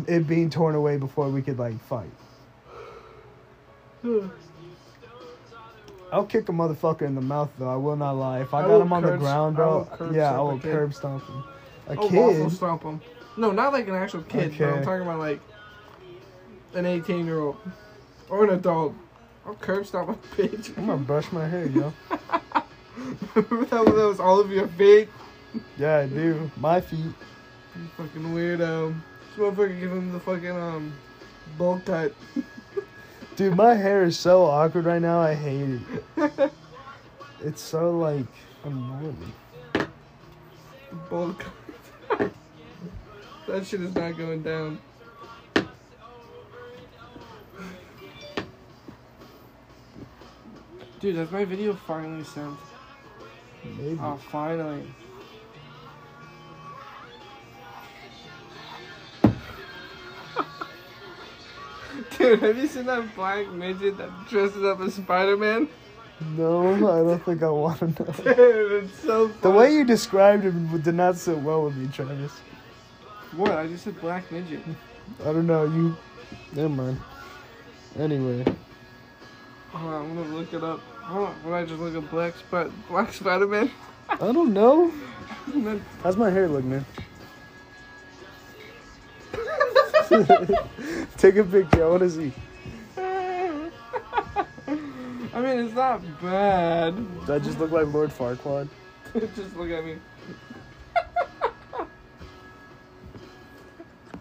it being torn away before we could like fight.
Huh.
I'll kick a motherfucker in the mouth though. I will not lie. If I,
I
got
will
him on the
curb-
ground,
I
bro,
will curb
yeah,
stomp
I
a
will
kid.
curb stomp him. A
Oh, waffle
kid,
stomp him. No, not like an actual kid, but I'm
Okay.
talking about like an 18 year old or an adult. I'll curb stomp a bitch.
I'm gonna brush my hair, yo.
Remember that when that was all of your feet?
yeah, I do. My feet.
You fucking weirdo. This motherfucker give him the fucking um bowl cut.
Dude, my hair is so awkward right now. I hate it. It's so like annoying.
Bowl cut. that shit is not going down. Dude, has my video finally sent?
Maybe.
Oh, finally. Dude, have you seen that black midget that dresses up as Spider Man?
No, I don't think I want to know.
Dude, it's so
The
funny.
way you described him did not sit well with me, Travis.
What? I just said black midget.
I don't know. You. Never mind. Anyway,
Hold on, I'm gonna look it up. Hold on, what I just look at black spot black Spider Man?
I don't know. How's my hair look, man? Take a picture. I want to see.
I mean, it's not bad.
Does I just look like Lord Farquaad?
just look at me.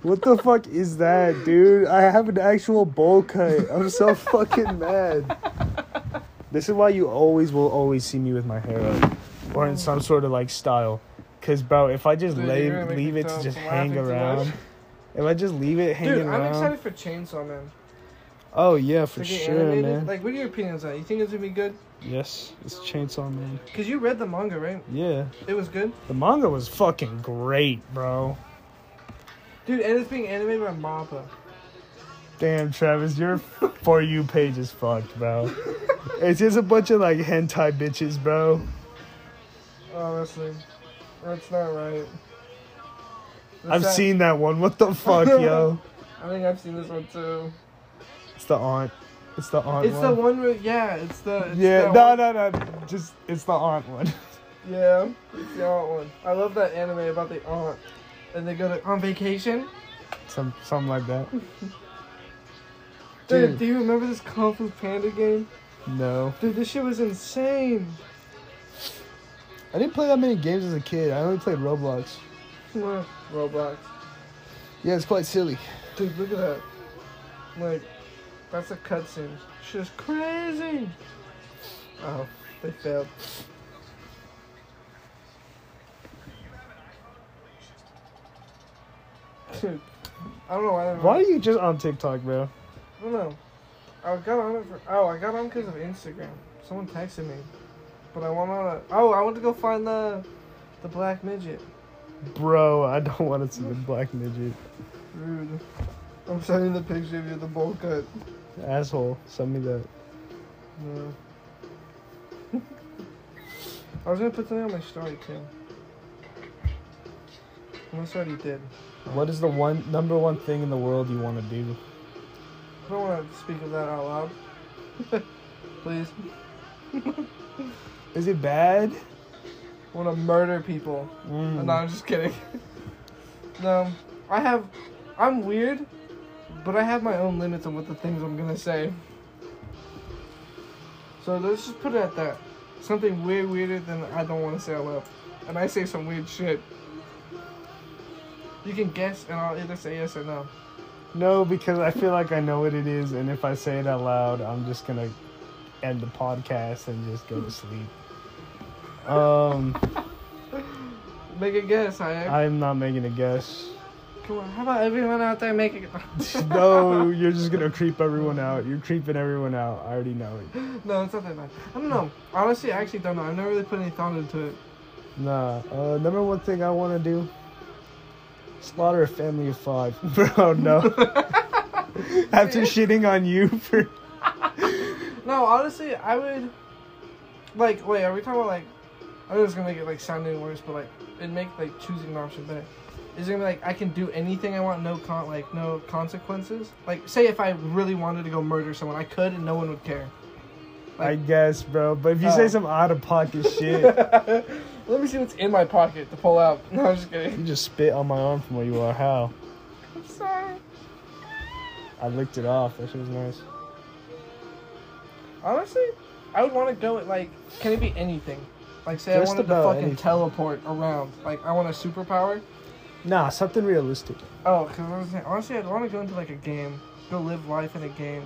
What the fuck is that, dude? I have an actual bowl cut. I'm so fucking mad. This is why you always will always see me with my hair up or in some sort of like style. Cause bro, if I just
Dude,
lay-
you're gonna make
leave
me
it to
throw
just
up
hang
laughing too much.
around, if I just leave it hanging
Dude, I'm
around,
excited for Chainsaw Man.
oh yeah, for
To get
sure,
animated.
man.
Like, what are your opinions on it? You think it's gonna be good?
yes, it's Chainsaw Man.
Cause you read the manga, right?
Yeah,
It was good,
the manga was fucking great, bro.
dude. And it's being animated by Mappa.
Damn, Travis, your for you page is fucked, bro. It's just a bunch of like hentai bitches, bro.
Honestly, that's not right. The
I've
fact-
seen that one. What the fuck, yo?
I think I've seen this one too.
It's the aunt. It's the aunt
It's
one.
the one where, yeah, it's the it's
yeah,
that
no,
one-
no, no. Just it's the aunt one.
Yeah, it's the aunt one. I love that anime about the aunt. And they go to on vacation.
Some something like that.
Dude,
Dude.
do you remember this Kung Fu Panda game?
No.
Dude, this shit was insane.
I didn't play that many games as a kid. I only played Roblox.
Mwah. Roblox.
Yeah, it's quite silly.
Dude, look at that. Like, that's a cutscene. She's crazy. Oh, they failed. Dude, I don't know why.
Why are you just on TikTok, bro?
I don't know. I got on it for. Oh, I got on because of Instagram. Someone texted me, but I went on a. Oh, I went to go find the, the black midget.
Bro, I don't want to see the black midget.
Rude. I'm sending the picture of you the bowl cut.
Asshole, send me that.
No. I was gonna put something on my story too. Unless I already did.
What is the one number one thing in the world you want to do?
I don't want to speak of that out loud. Please.
Is it bad?
I want to murder people.
Mm.
No, I'm just kidding. no, I have. I'm weird, but I have my own limits on what the things I'm gonna say. So let's just put it at that. Something way weirder than I don't want to say out loud. And I say some weird shit. You can guess, and I'll either say yes or no.
No, because I feel like I know what it is, and if I say it out loud, I'm just gonna end the podcast and just go to sleep. Um,
Make a guess, I.
I'm not making a guess.
Come on, how about everyone out there make a
no, you're just gonna creep everyone out. You're creeping everyone out. I already know it.
No, it's not that bad. I don't know. Honestly, I actually don't know. I've never really put any thought into it.
Nah. Uh, number one thing I want to do: slaughter a family of five. Bro, no. After shitting on you for
No, honestly, I would. Like, wait, are we talking about like? I know it's gonna make it like sound even worse, but like, it make like choosing an option better. Is it gonna be like I can do anything I want, no con, like no consequences? Like, say if I really wanted to go murder someone, I could and no one would care.
I guess, bro. But if you
Oh.
say some out of pocket shit,
Let me see what's in my pocket to pull out. No, I'm just kidding.
you just spit on my arm from where you are. How?
I'm sorry.
I licked it off. That shit was nice.
Honestly, I would want to go at like, can it be anything? Like, say
Just
I wanted to
about
fucking
anything.
teleport around. Like, I want a superpower.
Nah, something realistic.
Oh, because I was saying, honestly, I'd want to go into like a game, go live life in a game.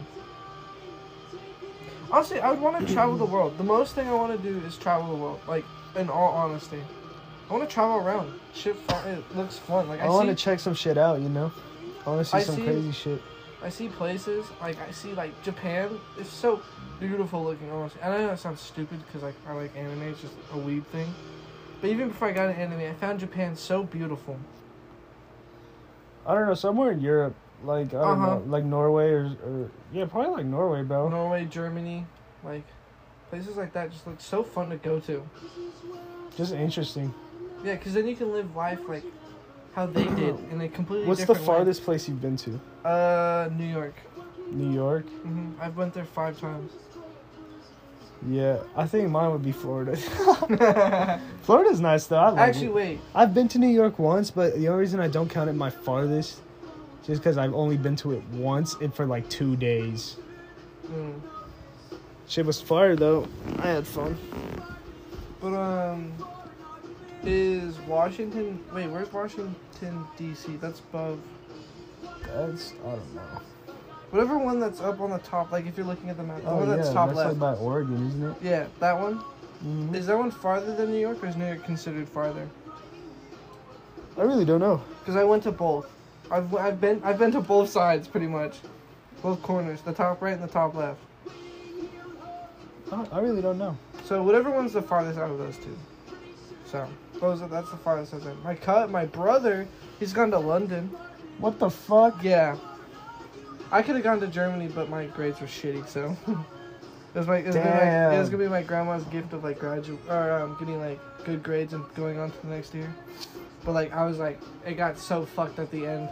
Honestly, I would want to travel the world. The most thing I want to do is travel the world. Like, in all honesty, I want to travel around. Shit, fun, it looks fun. Like I,
I, want to
see,
check some shit out, you know. I want to see
I
some
see-
crazy shit.
I see places. Like I see like Japan. It's so beautiful looking. Honestly, and I know it sounds stupid because like I like anime. It's just a weeb thing. But even before I got into anime, I found Japan so beautiful.
I don't know, somewhere in Europe, like I don't
Uh-huh.
know, like Norway or, or yeah, probably like Norway, bro.
Norway, Germany, like places like that just look so fun to go to.
Just interesting.
Yeah, because then you can live life like how they did in a completely
What's the
different
farthest place you've been to?
way. Uh, New York.
New York.
hmm I've went there five times.
Yeah, I think mine would be Florida.
Actually,
Florida's nice though. I like it.
wait.
I've been to New York once, but the only reason I don't count it my farthest, just because I've only been to it once and for like two days.
Mm.
Shit was fire though. I had fun.
But um, is Washington? Wait, where's Washington D.C.? That's above
That's I don't know.
whatever one that's up on the top. Like if you're looking at the map, the
Oh
one
yeah,
that's
that's
top
like
left.
by Oregon, isn't it?
yeah, that one.
Mhm.
Is that one farther than New York, or is New York considered farther?
I really don't know.
Because I went to both. I've, I've been I've been to both sides pretty much, both corners, the top right and the top left.
I, I really don't know.
So whatever one's the farthest out of those two. So those are, that's the farthest I've been. My cut, my brother, he's gone to London.
What the fuck?
Yeah, I could have gone to Germany, but my grades were shitty, so it was my it was, gonna be my it was
Damn.
gonna be my grandma's gift of like graduate or um, getting like good grades and going on to the next year. But like I was like it got so fucked at the end,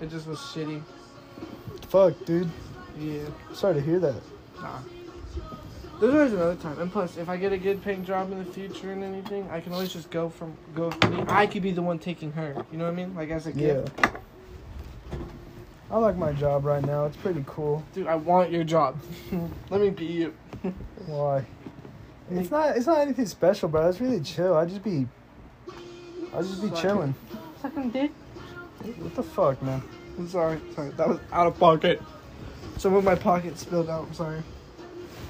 it just was shitty.
Fuck, dude.
Yeah.
Sorry to hear that.
Nah. There's always another time. And plus, if I get a good paying job in the future and anything, I can always just go from go. I could be the one taking her. You know what I mean? Like as a
Yeah.
gift.
I like my job right now. It's pretty cool.
Dude, I want your job. Let me be you.
Why? It's not. It's not anything special, bro. It's really chill. I just be. I just be
Suck.
chilling.
Fucking dick.
What the fuck, man?
I'm sorry, sorry. That was out of pocket. Some of my pocket spilled out. I'm sorry.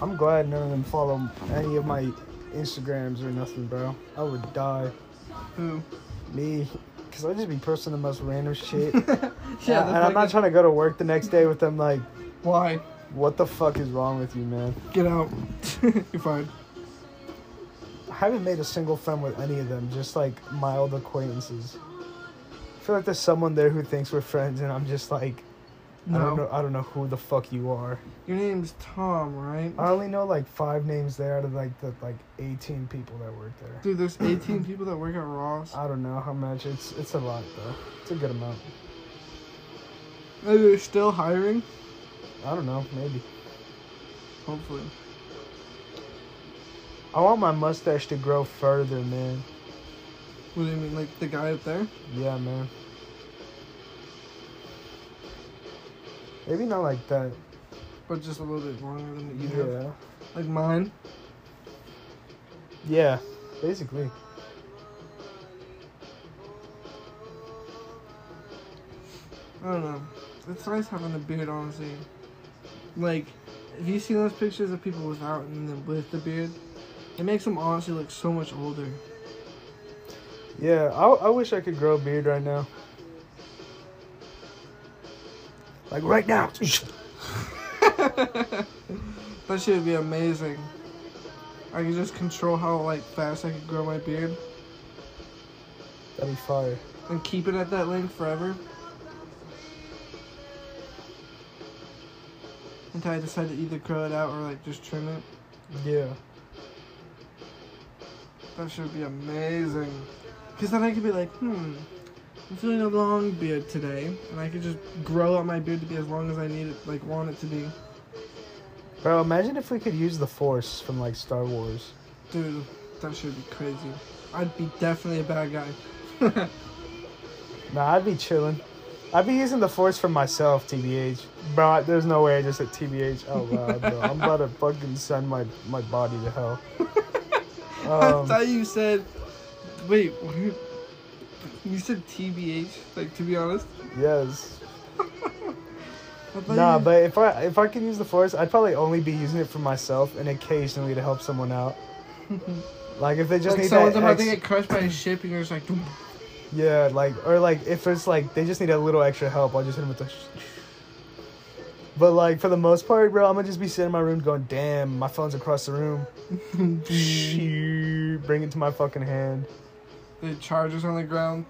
I'm glad none of them follow any of my Instagrams or nothing, bro. I would die.
Who?
Me, cause I just be posting the most random shit.
yeah,
yeah, and I'm not trying to go to work the next day with them like,
Why?
what the fuck is wrong with you, man?
Get out. You're fine.
I haven't made a single friend with any of them, just like mild acquaintances. I feel like there's someone there who thinks we're friends, and I'm just like, I don't know,
No.
I don't know who the fuck you are.
Your name's Tom, right?
I only know like five names there out of like the like 18 people that work there.
Dude, there's 18 people that work at Ross.
I don't know how much. It's it's a lot though. It's a good amount.
Maybe they're still hiring.
I don't know, maybe.
Hopefully.
I want my mustache to grow further, man.
What do you mean, like the guy up there?
Yeah, man. Maybe not like that.
But just a little bit longer than what you have.
Yeah.
Like mine.
Yeah, basically.
I don't know. It's nice having a beard, honestly. Like, if you see those pictures of people without and then with the beard, it makes them honestly look so much older.
Yeah, I, I wish I could grow a beard right now. Like right now.
that shit would be amazing. I could just control how like fast I could grow my beard
That'd be fire.
and keep it at that length forever. Until I decide to either grow it out or like just trim it.
Yeah.
That should be amazing. Because then I could be like, hmm, I'm feeling a long beard today, and I could just grow out my beard to be as long as I need it, like want it to be.
Bro, imagine if we could use the force from like Star Wars.
Dude, that should be crazy. I'd be definitely a bad guy.
Nah, I'd be chilling. I'd be using the force for myself, TBH. Bro, there's no way I just said TBH out loud, bro. I'm about to fucking send my, my body to hell.
I
Um,
thought you said, wait, what? you said TBH. Like to be honest,
yes.
I thought
Nah,
you-
but if I if I could use the force, I'd probably only be using it for myself and occasionally to help someone out. Like if they just
like
need
someone's
that,
about to
ex-
get crushed by a ship, and you're just like, "Doom."
yeah, like or like if it's like they just need a little extra help, I'll just hit them with the. Sh- but like for the most part, bro, I'm gonna just be sitting in my room going, "Damn, my phone's across the room." Shoo, Bring it to my fucking hand.
the chargers on the ground.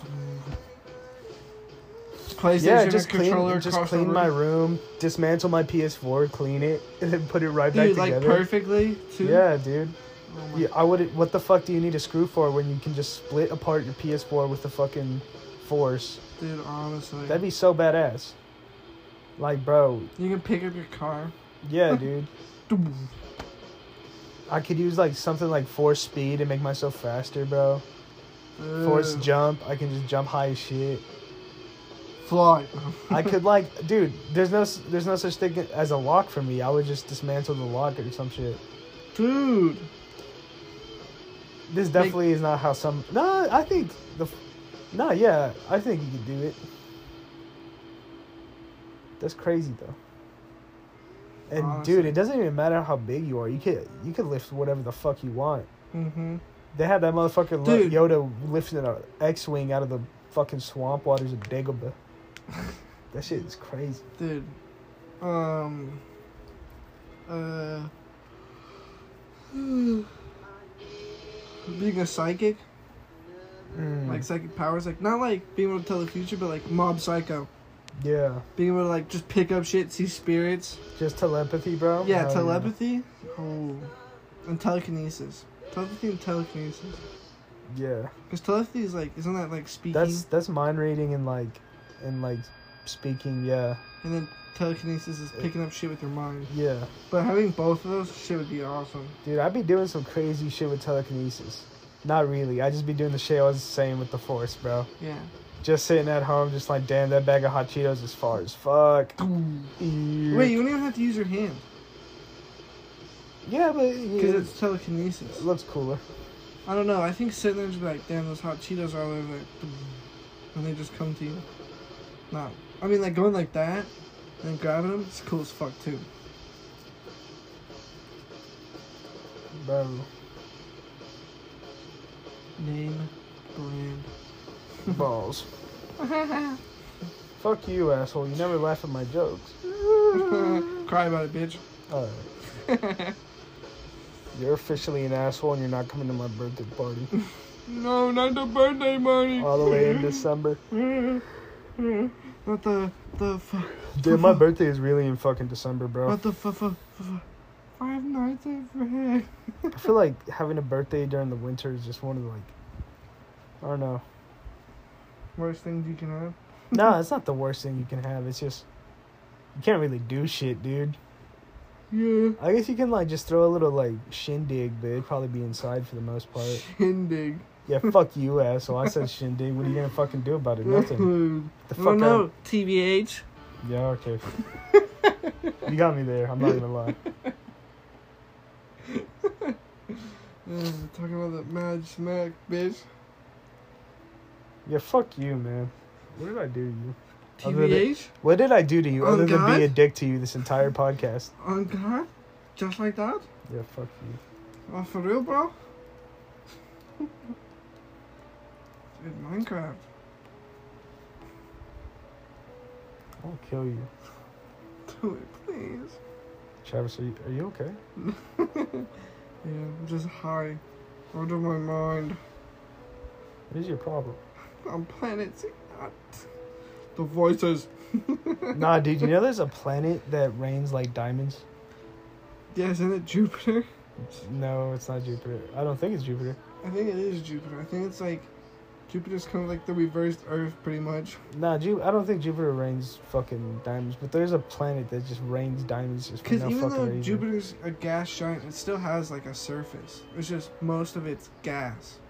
PlayStation
Yeah, just
controller
clean, just
across the
clean
room.
my room, dismantle my PS4, clean it, and then put it right
Dude,
back
like
together.
perfectly too.
Yeah, dude.
Oh my-
Yeah, I would. What the fuck do you need a screw for when you can just split apart your PS4 with the fucking force?
Dude, honestly,
That'd be so badass. Like, bro,
you can pick up your car.
yeah, dude.
Doom.
I could use like something like force speed and make myself faster, bro. Force
Ugh.
jump. I can just jump high as shit.
Fly.
I could like, dude. There's no s- there's no such thing as a lock for me. I would just dismantle the lock or some shit.
Dude,
This definitely is not how some. No, I think the. f- No, yeah, I think you could do it. That's crazy though. And dude,
Honestly.
it doesn't even matter how big you are. You could you could lift whatever the fuck you want.
hmm
They had that motherfucker
Dude.
Lo- Yoda lifting an X wing out of the fucking swamp waters of Dagobah. that shit is crazy.
dude. Um. Uh. Being a psychic,
Mm,
like psychic powers, like not like being able to tell the future, but like mob psycho,
yeah,
being able to like just pick up shit, see spirits.
just telepathy, bro.
Yeah,
Hell
telepathy. Oh, and telekinesis. Telepathy and telekinesis.
Yeah,
Because telepathy is like, isn't that like speaking?
that's that's mind reading and like and like speaking. Yeah,
And then telekinesis is picking up shit with your mind.
yeah.
But having both of those shit would be awesome.
Dude, I'd be doing some crazy shit with telekinesis. Not really. I just be doing the shit I was saying with the force, bro.
Yeah.
Just sitting at home, just like, damn, that bag of hot Cheetos is far as fuck.
Wait, you don't even have to use your hand.
Yeah, but
Because
it,
it's telekinesis.
looks cooler.
I don't know. I think sitting there's be like, damn, those hot Cheetos are all over like, and they just come to you. No, I mean like going like that, and then grabbing them. It's cool as fuck too.
Bro.
Name, brand.
Balls. Fuck you, asshole. You never laugh at my jokes.
Cry about it, bitch.
Alright. You're officially an asshole and you're not coming to my birthday party.
No, not the birthday money.
All the way in December.
Not the the fu-
Dude, my birthday is really in fucking December, bro.
not the fu- fu- fu- fu- five nights at Freddy's.
I feel like having a birthday during the winter is just one of the, like, I don't know.
Worst things you can have.
No, it's not the worst thing you can have. It's just, you can't really do shit, dude.
Yeah.
I guess you can, like, just throw a little, like, shindig, but it'd probably be inside for the most part.
Shindig.
Yeah, fuck you, asshole. I said shindig. What are you gonna fucking do about it?
Oh,
Nothing. The
I don't
fuck
know.
up.
TBH.
Yeah, okay. you got me there. I'm not gonna lie.
Uh, talking about that mad smack, bitch.
Yeah, fuck you, man. What did I do to you? Other than-
TBH
What did I do to you
Oh,
other than
God?
be a dick to you this entire podcast?
on God, just like that.
Yeah, fuck you.
Oh, for real, bro? Dude, Minecraft.
I'll kill you.
Do it, please.
Travis, are you, are you okay?
Yeah, I'm just high. Out of my mind.
What is your problem?
I'm planet Z- uh, The voices.
nah, dude, you know there's a planet that rains like diamonds?
Yeah, isn't it Jupiter?
No, it's not Jupiter. I don't think it's Jupiter.
I think it is Jupiter. I think it's like Jupiter's kind of like the reversed Earth, pretty much.
Nah, Ju- I don't think Jupiter rains fucking diamonds, but there's a planet that just rains diamonds just for
Because
no
even
fucking
though
reason.
Jupiter's a gas giant, it still has like a surface. It's just most of it's gas.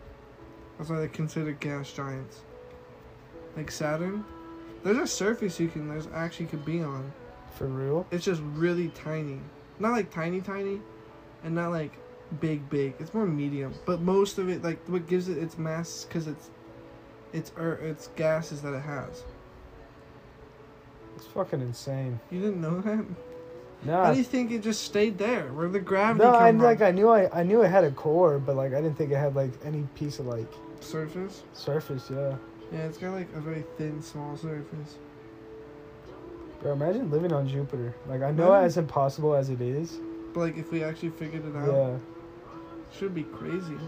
That's why they're considered gas giants. Like Saturn, there's a surface you can there's actually could be on.
for real?
It's just really tiny, not like tiny tiny, and not like big big. It's more medium. But most of it, like what gives it its mass, because it's it's er, it's gases that it has.
It's fucking insane.
You didn't know that?
Nah,
How do you think it just stayed there, where the gravity?
no,
come
I
from?
like I knew I, I knew it had a core, but like I didn't think it had like any piece of like
surface.
surface. Yeah,
Yeah, it's got like a very thin, small surface.
bro, imagine living on Jupiter. Like I know
Imagine-
as impossible as it is.
But like, if we actually figured it out,
Yeah,
it should be crazy.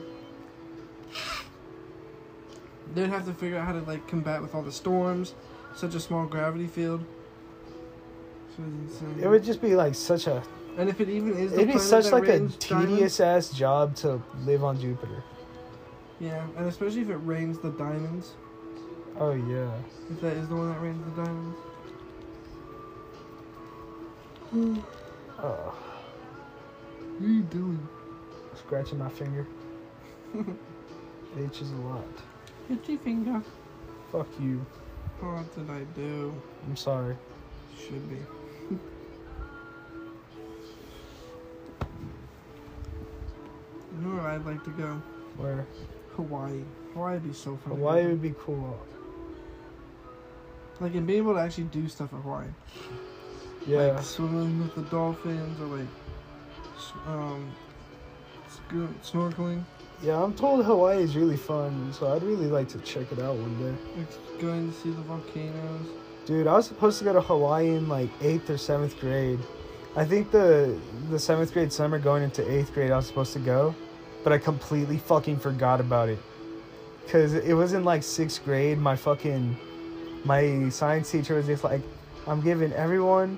They'd have to figure out how to like combat with all the storms, such a small gravity field. So it's insane.
it would just be like such a
and if it even is, the
it'd be
planet
such
that
like a
rains diamonds-
tedious ass job to live on Jupiter.
Yeah, and especially if it rains the diamonds,
Oh yeah,
if that is the one that rains the diamonds.
oh,
What are you doing?
scratching my finger. H is a lot.
Hit your finger.
Fuck you.
What did I do?
I'm sorry.
Should be. you know where I'd like to go?
Where
Hawaii. Hawaii would be so fun. to go
Hawaii
to.
would be cool.
Like, and being able to actually do stuff in Hawaii.
Yeah,
Like, swimming with the dolphins or, like, s- um, sco- snorkeling.
yeah. I'm told Hawaii is really fun, so I'd really like to check it out one day.
Like, going to see the volcanoes.
Dude, I was supposed to go to Hawaii in like eighth or seventh grade. I think the the seventh grade summer going into eighth grade, I was supposed to go, but I completely fucking forgot about it. Cause it was in like sixth grade. My fucking my science teacher was just like, "I'm giving everyone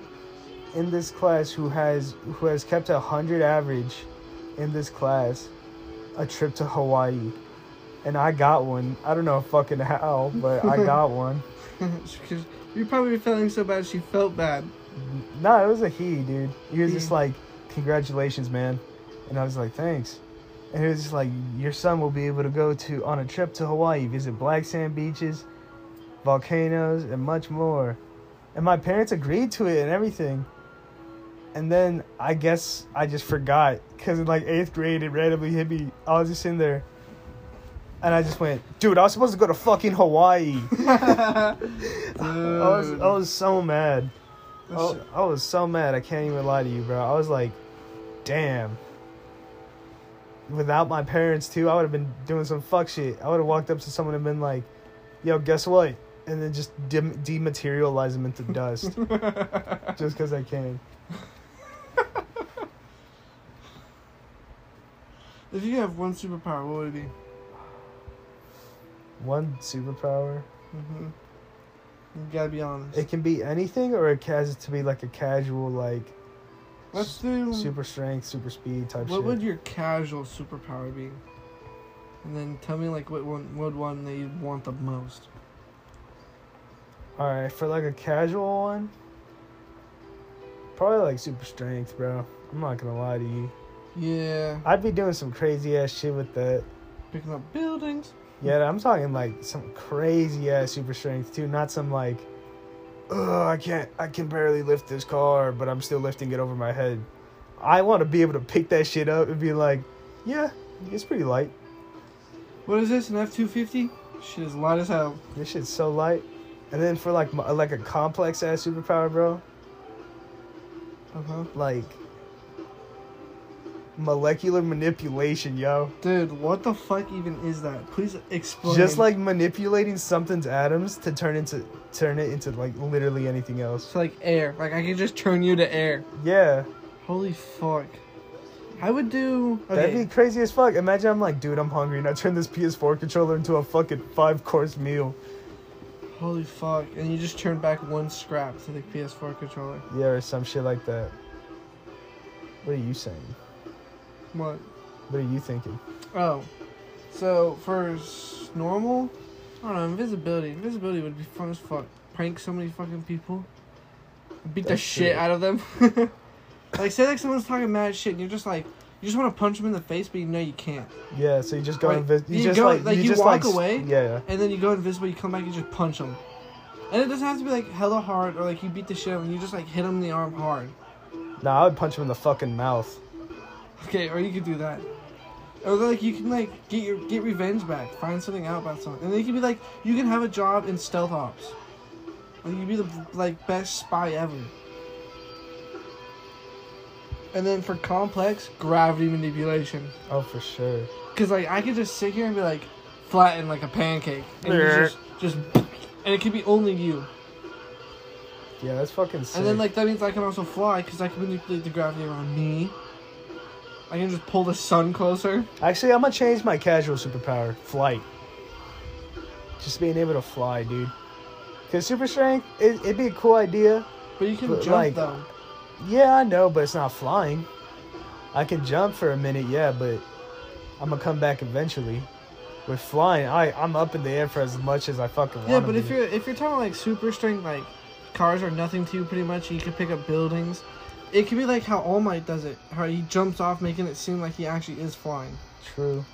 in this class who has who has kept a hundred average in this class a trip to Hawaii," and I got one. I don't know fucking how, but I got one.
Because you're probably feeling so bad she felt bad.
No, it was a he, dude. He was just
He.
like, "Congratulations, man," and I was like, "Thanks." And he was just like, "Your son will be able to go to on a trip to Hawaii, visit black sand beaches, volcanoes, and much more." And my parents agreed to it and everything. And then I guess I just forgot because in like eighth grade it randomly hit me. I was just in there, and I just went, dude. I was supposed to go to fucking Hawaii. I was I was so mad. I was, I was so mad. I can't even lie to you, bro. I was like, damn. Without my parents too, I would have been doing some fuck shit. I would have walked up to someone and been like, "Yo, guess what?" And then just dem- dematerialize them into dust just because I can.
If you have one superpower, what would it be?
One superpower.
Mm-hmm. You gotta be honest.
It can be anything, or it has to be like a casual, like
Let's do.
super strength, super speed type
what
shit.
would your casual superpower be? And then tell me like what one, what one that you want the most.
All right, for like a casual one, probably like super strength, bro. I'm not gonna lie to you.
Yeah,
I'd be doing some crazy ass shit with that.
picking up buildings.
Yeah, I'm talking like some crazy ass super strength too, not some like, oh, I can't, I can barely lift this car, but I'm still lifting it over my head. I want to be able to pick that shit up and be like, yeah, it's pretty light.
What is this? An F two fifty? Shit is light as hell.
This shit's so light. And then for like my, like a complex ass superpower, bro,
Uh huh.
like molecular manipulation, yo.
Dude, what the fuck even is that? Please explain.
Just like manipulating something's atoms to turn into turn it into like literally anything else.
it's like air. Like I can just turn you to air.
Yeah.
Holy fuck. I would do.
That'd be crazy as fuck. Imagine I'm like, dude, I'm hungry, and I turn this PS4 controller into a fucking five course meal.
Holy fuck. And you just turn back one scrap to the PS4 controller.
Yeah, or some shit like that. What are you saying?
What?
What are you thinking?
Oh. So, for s- normal, I don't know, invisibility. Invisibility would be fun as fuck. Prank so many fucking people. Beat the
That's
shit
true.
out of them. like, say, like, someone's talking mad shit, and you're just like, you just want to punch them in the face, but you know you can't.
Yeah, so you just go
Wait,
invis-
you go- like, you
just
walk
s-
away?
Yeah,
And then you go invisible, you come back, you just punch them. And it doesn't have to be like hella hard or like you beat the shit out of them, you just like hit them in the arm hard.
nah, I would punch him in the fucking mouth.
Okay, or you could do that. Or like you can like get your get revenge back, find something out about someone, and then you can be like you can have a job in stealth ops. Like you'd be the like best spy ever. And then for complex gravity manipulation,
Oh, for sure.
cause like I could just sit here and be like flattened like a pancake, and you
Yeah.
just just and it could be only you.
Yeah, that's fucking sick.
And then like that means I can also fly, cause I can manipulate the gravity around me. I can just pull the sun closer.
Actually, I'm gonna change my casual superpower flight. Just being able to fly, dude. Because super strength, it, it'd be a cool idea.
But you can
But,
jump
like-
though.
Yeah, I know, but it's not flying. I can jump for a minute, yeah, but I'm gonna come back eventually. With flying, I I'm up in the air for as much as I fucking want.
Yeah, but if you're if you're talking like super strength, like cars are nothing to you pretty much. You can pick up buildings. It could be like how All Might does it, how he jumps off, making it seem like he actually is flying.
true,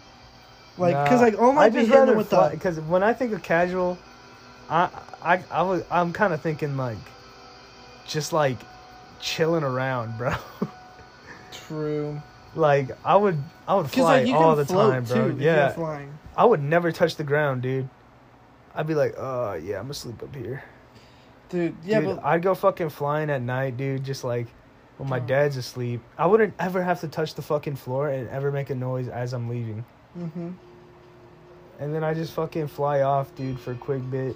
Like, cause like All Might be hitting him with the
because when I think of casual, I I I was I'm kind of thinking like, just like, chilling around, bro.
true.
like I would I would
Cause
fly
like you
all
can
the
float
time,
too.
bro.
if you're
yeah,
flying.
I would never touch the ground, dude. I'd be like, uh, yeah, I'm gonna sleep up here.
Dude, yeah,
dude,
but
I'd go fucking flying at night, dude. Just like when my
Bro.
dad's asleep, I wouldn't ever have to touch the fucking floor and ever make a noise as I'm leaving.
hmm
And then I just fucking fly off, dude, for a quick bit.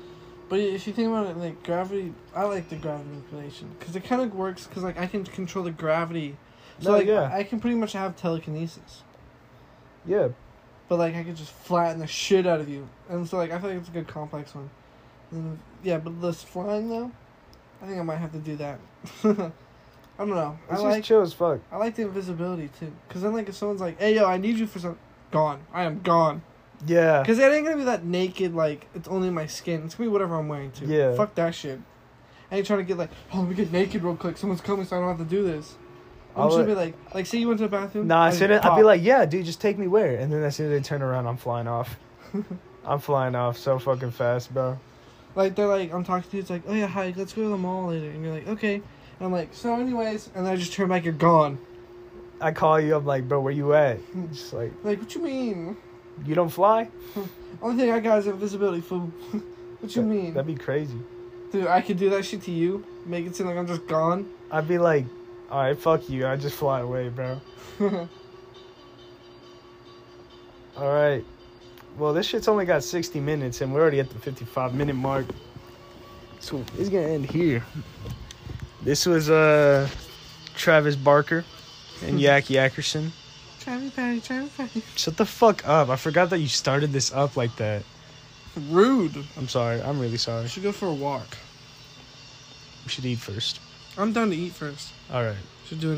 but if you think about it, like gravity, I like the gravity manipulation because it kind of works. Cause like I can control the gravity, so
No,
like
yeah.
I can pretty much have telekinesis.
Yeah,
But like I could just flatten the shit out of you. And so like I feel like it's a good complex one. And, yeah, but this flying though, I think I might have to do that. I don't know.
it's
I
just
like
chill as fuck.
I like the invisibility too. Cause then like if someone's like, "Hey yo, I need you for some," gone. I am gone.
Yeah,
Cause it ain't gonna be that naked. Like it's only my skin. It's gonna be whatever I'm wearing too.
Yeah.
Fuck that shit. I ain't trying to get like, oh, let me get naked real quick. Someone's coming, so I don't have to do this. I'm
I'll
just
let-
gonna be like, like, say you went to the bathroom.
nah, I
I'd be
shouldn't. I'd be
pop.
like, yeah, dude, just take me where? And then as soon as they turn around, I'm flying off. I'm flying off so fucking fast, bro.
Like they're like, I'm talking to you. It's like, oh yeah, hi, let's go to the mall later. And you're like, okay. I'm like, so anyways, and then I just turn back, you're gone.
I call you. I'm like, bro, where you at? Just like,
Like, what you mean?
you don't fly?
Only thing I got is invisibility, fool. what you mean?
That'd be crazy.
Dude, I could do that shit to you, make it seem like I'm just gone.
I'd be like, all right, fuck you. I just fly away, bro. All right. Well, this shit's only got 60 minutes, and we're already at the 55 minute mark. So it's gonna end here. This was uh Travis Barker and Yak Yakerson.
Travis Patty, Travis Patty.
Shut the fuck up! I forgot that you started this up like that.
Rude.
I'm sorry. I'm really
I
sorry.
should go for a walk.
We should eat first.
I'm down to eat first.
All right.
Should do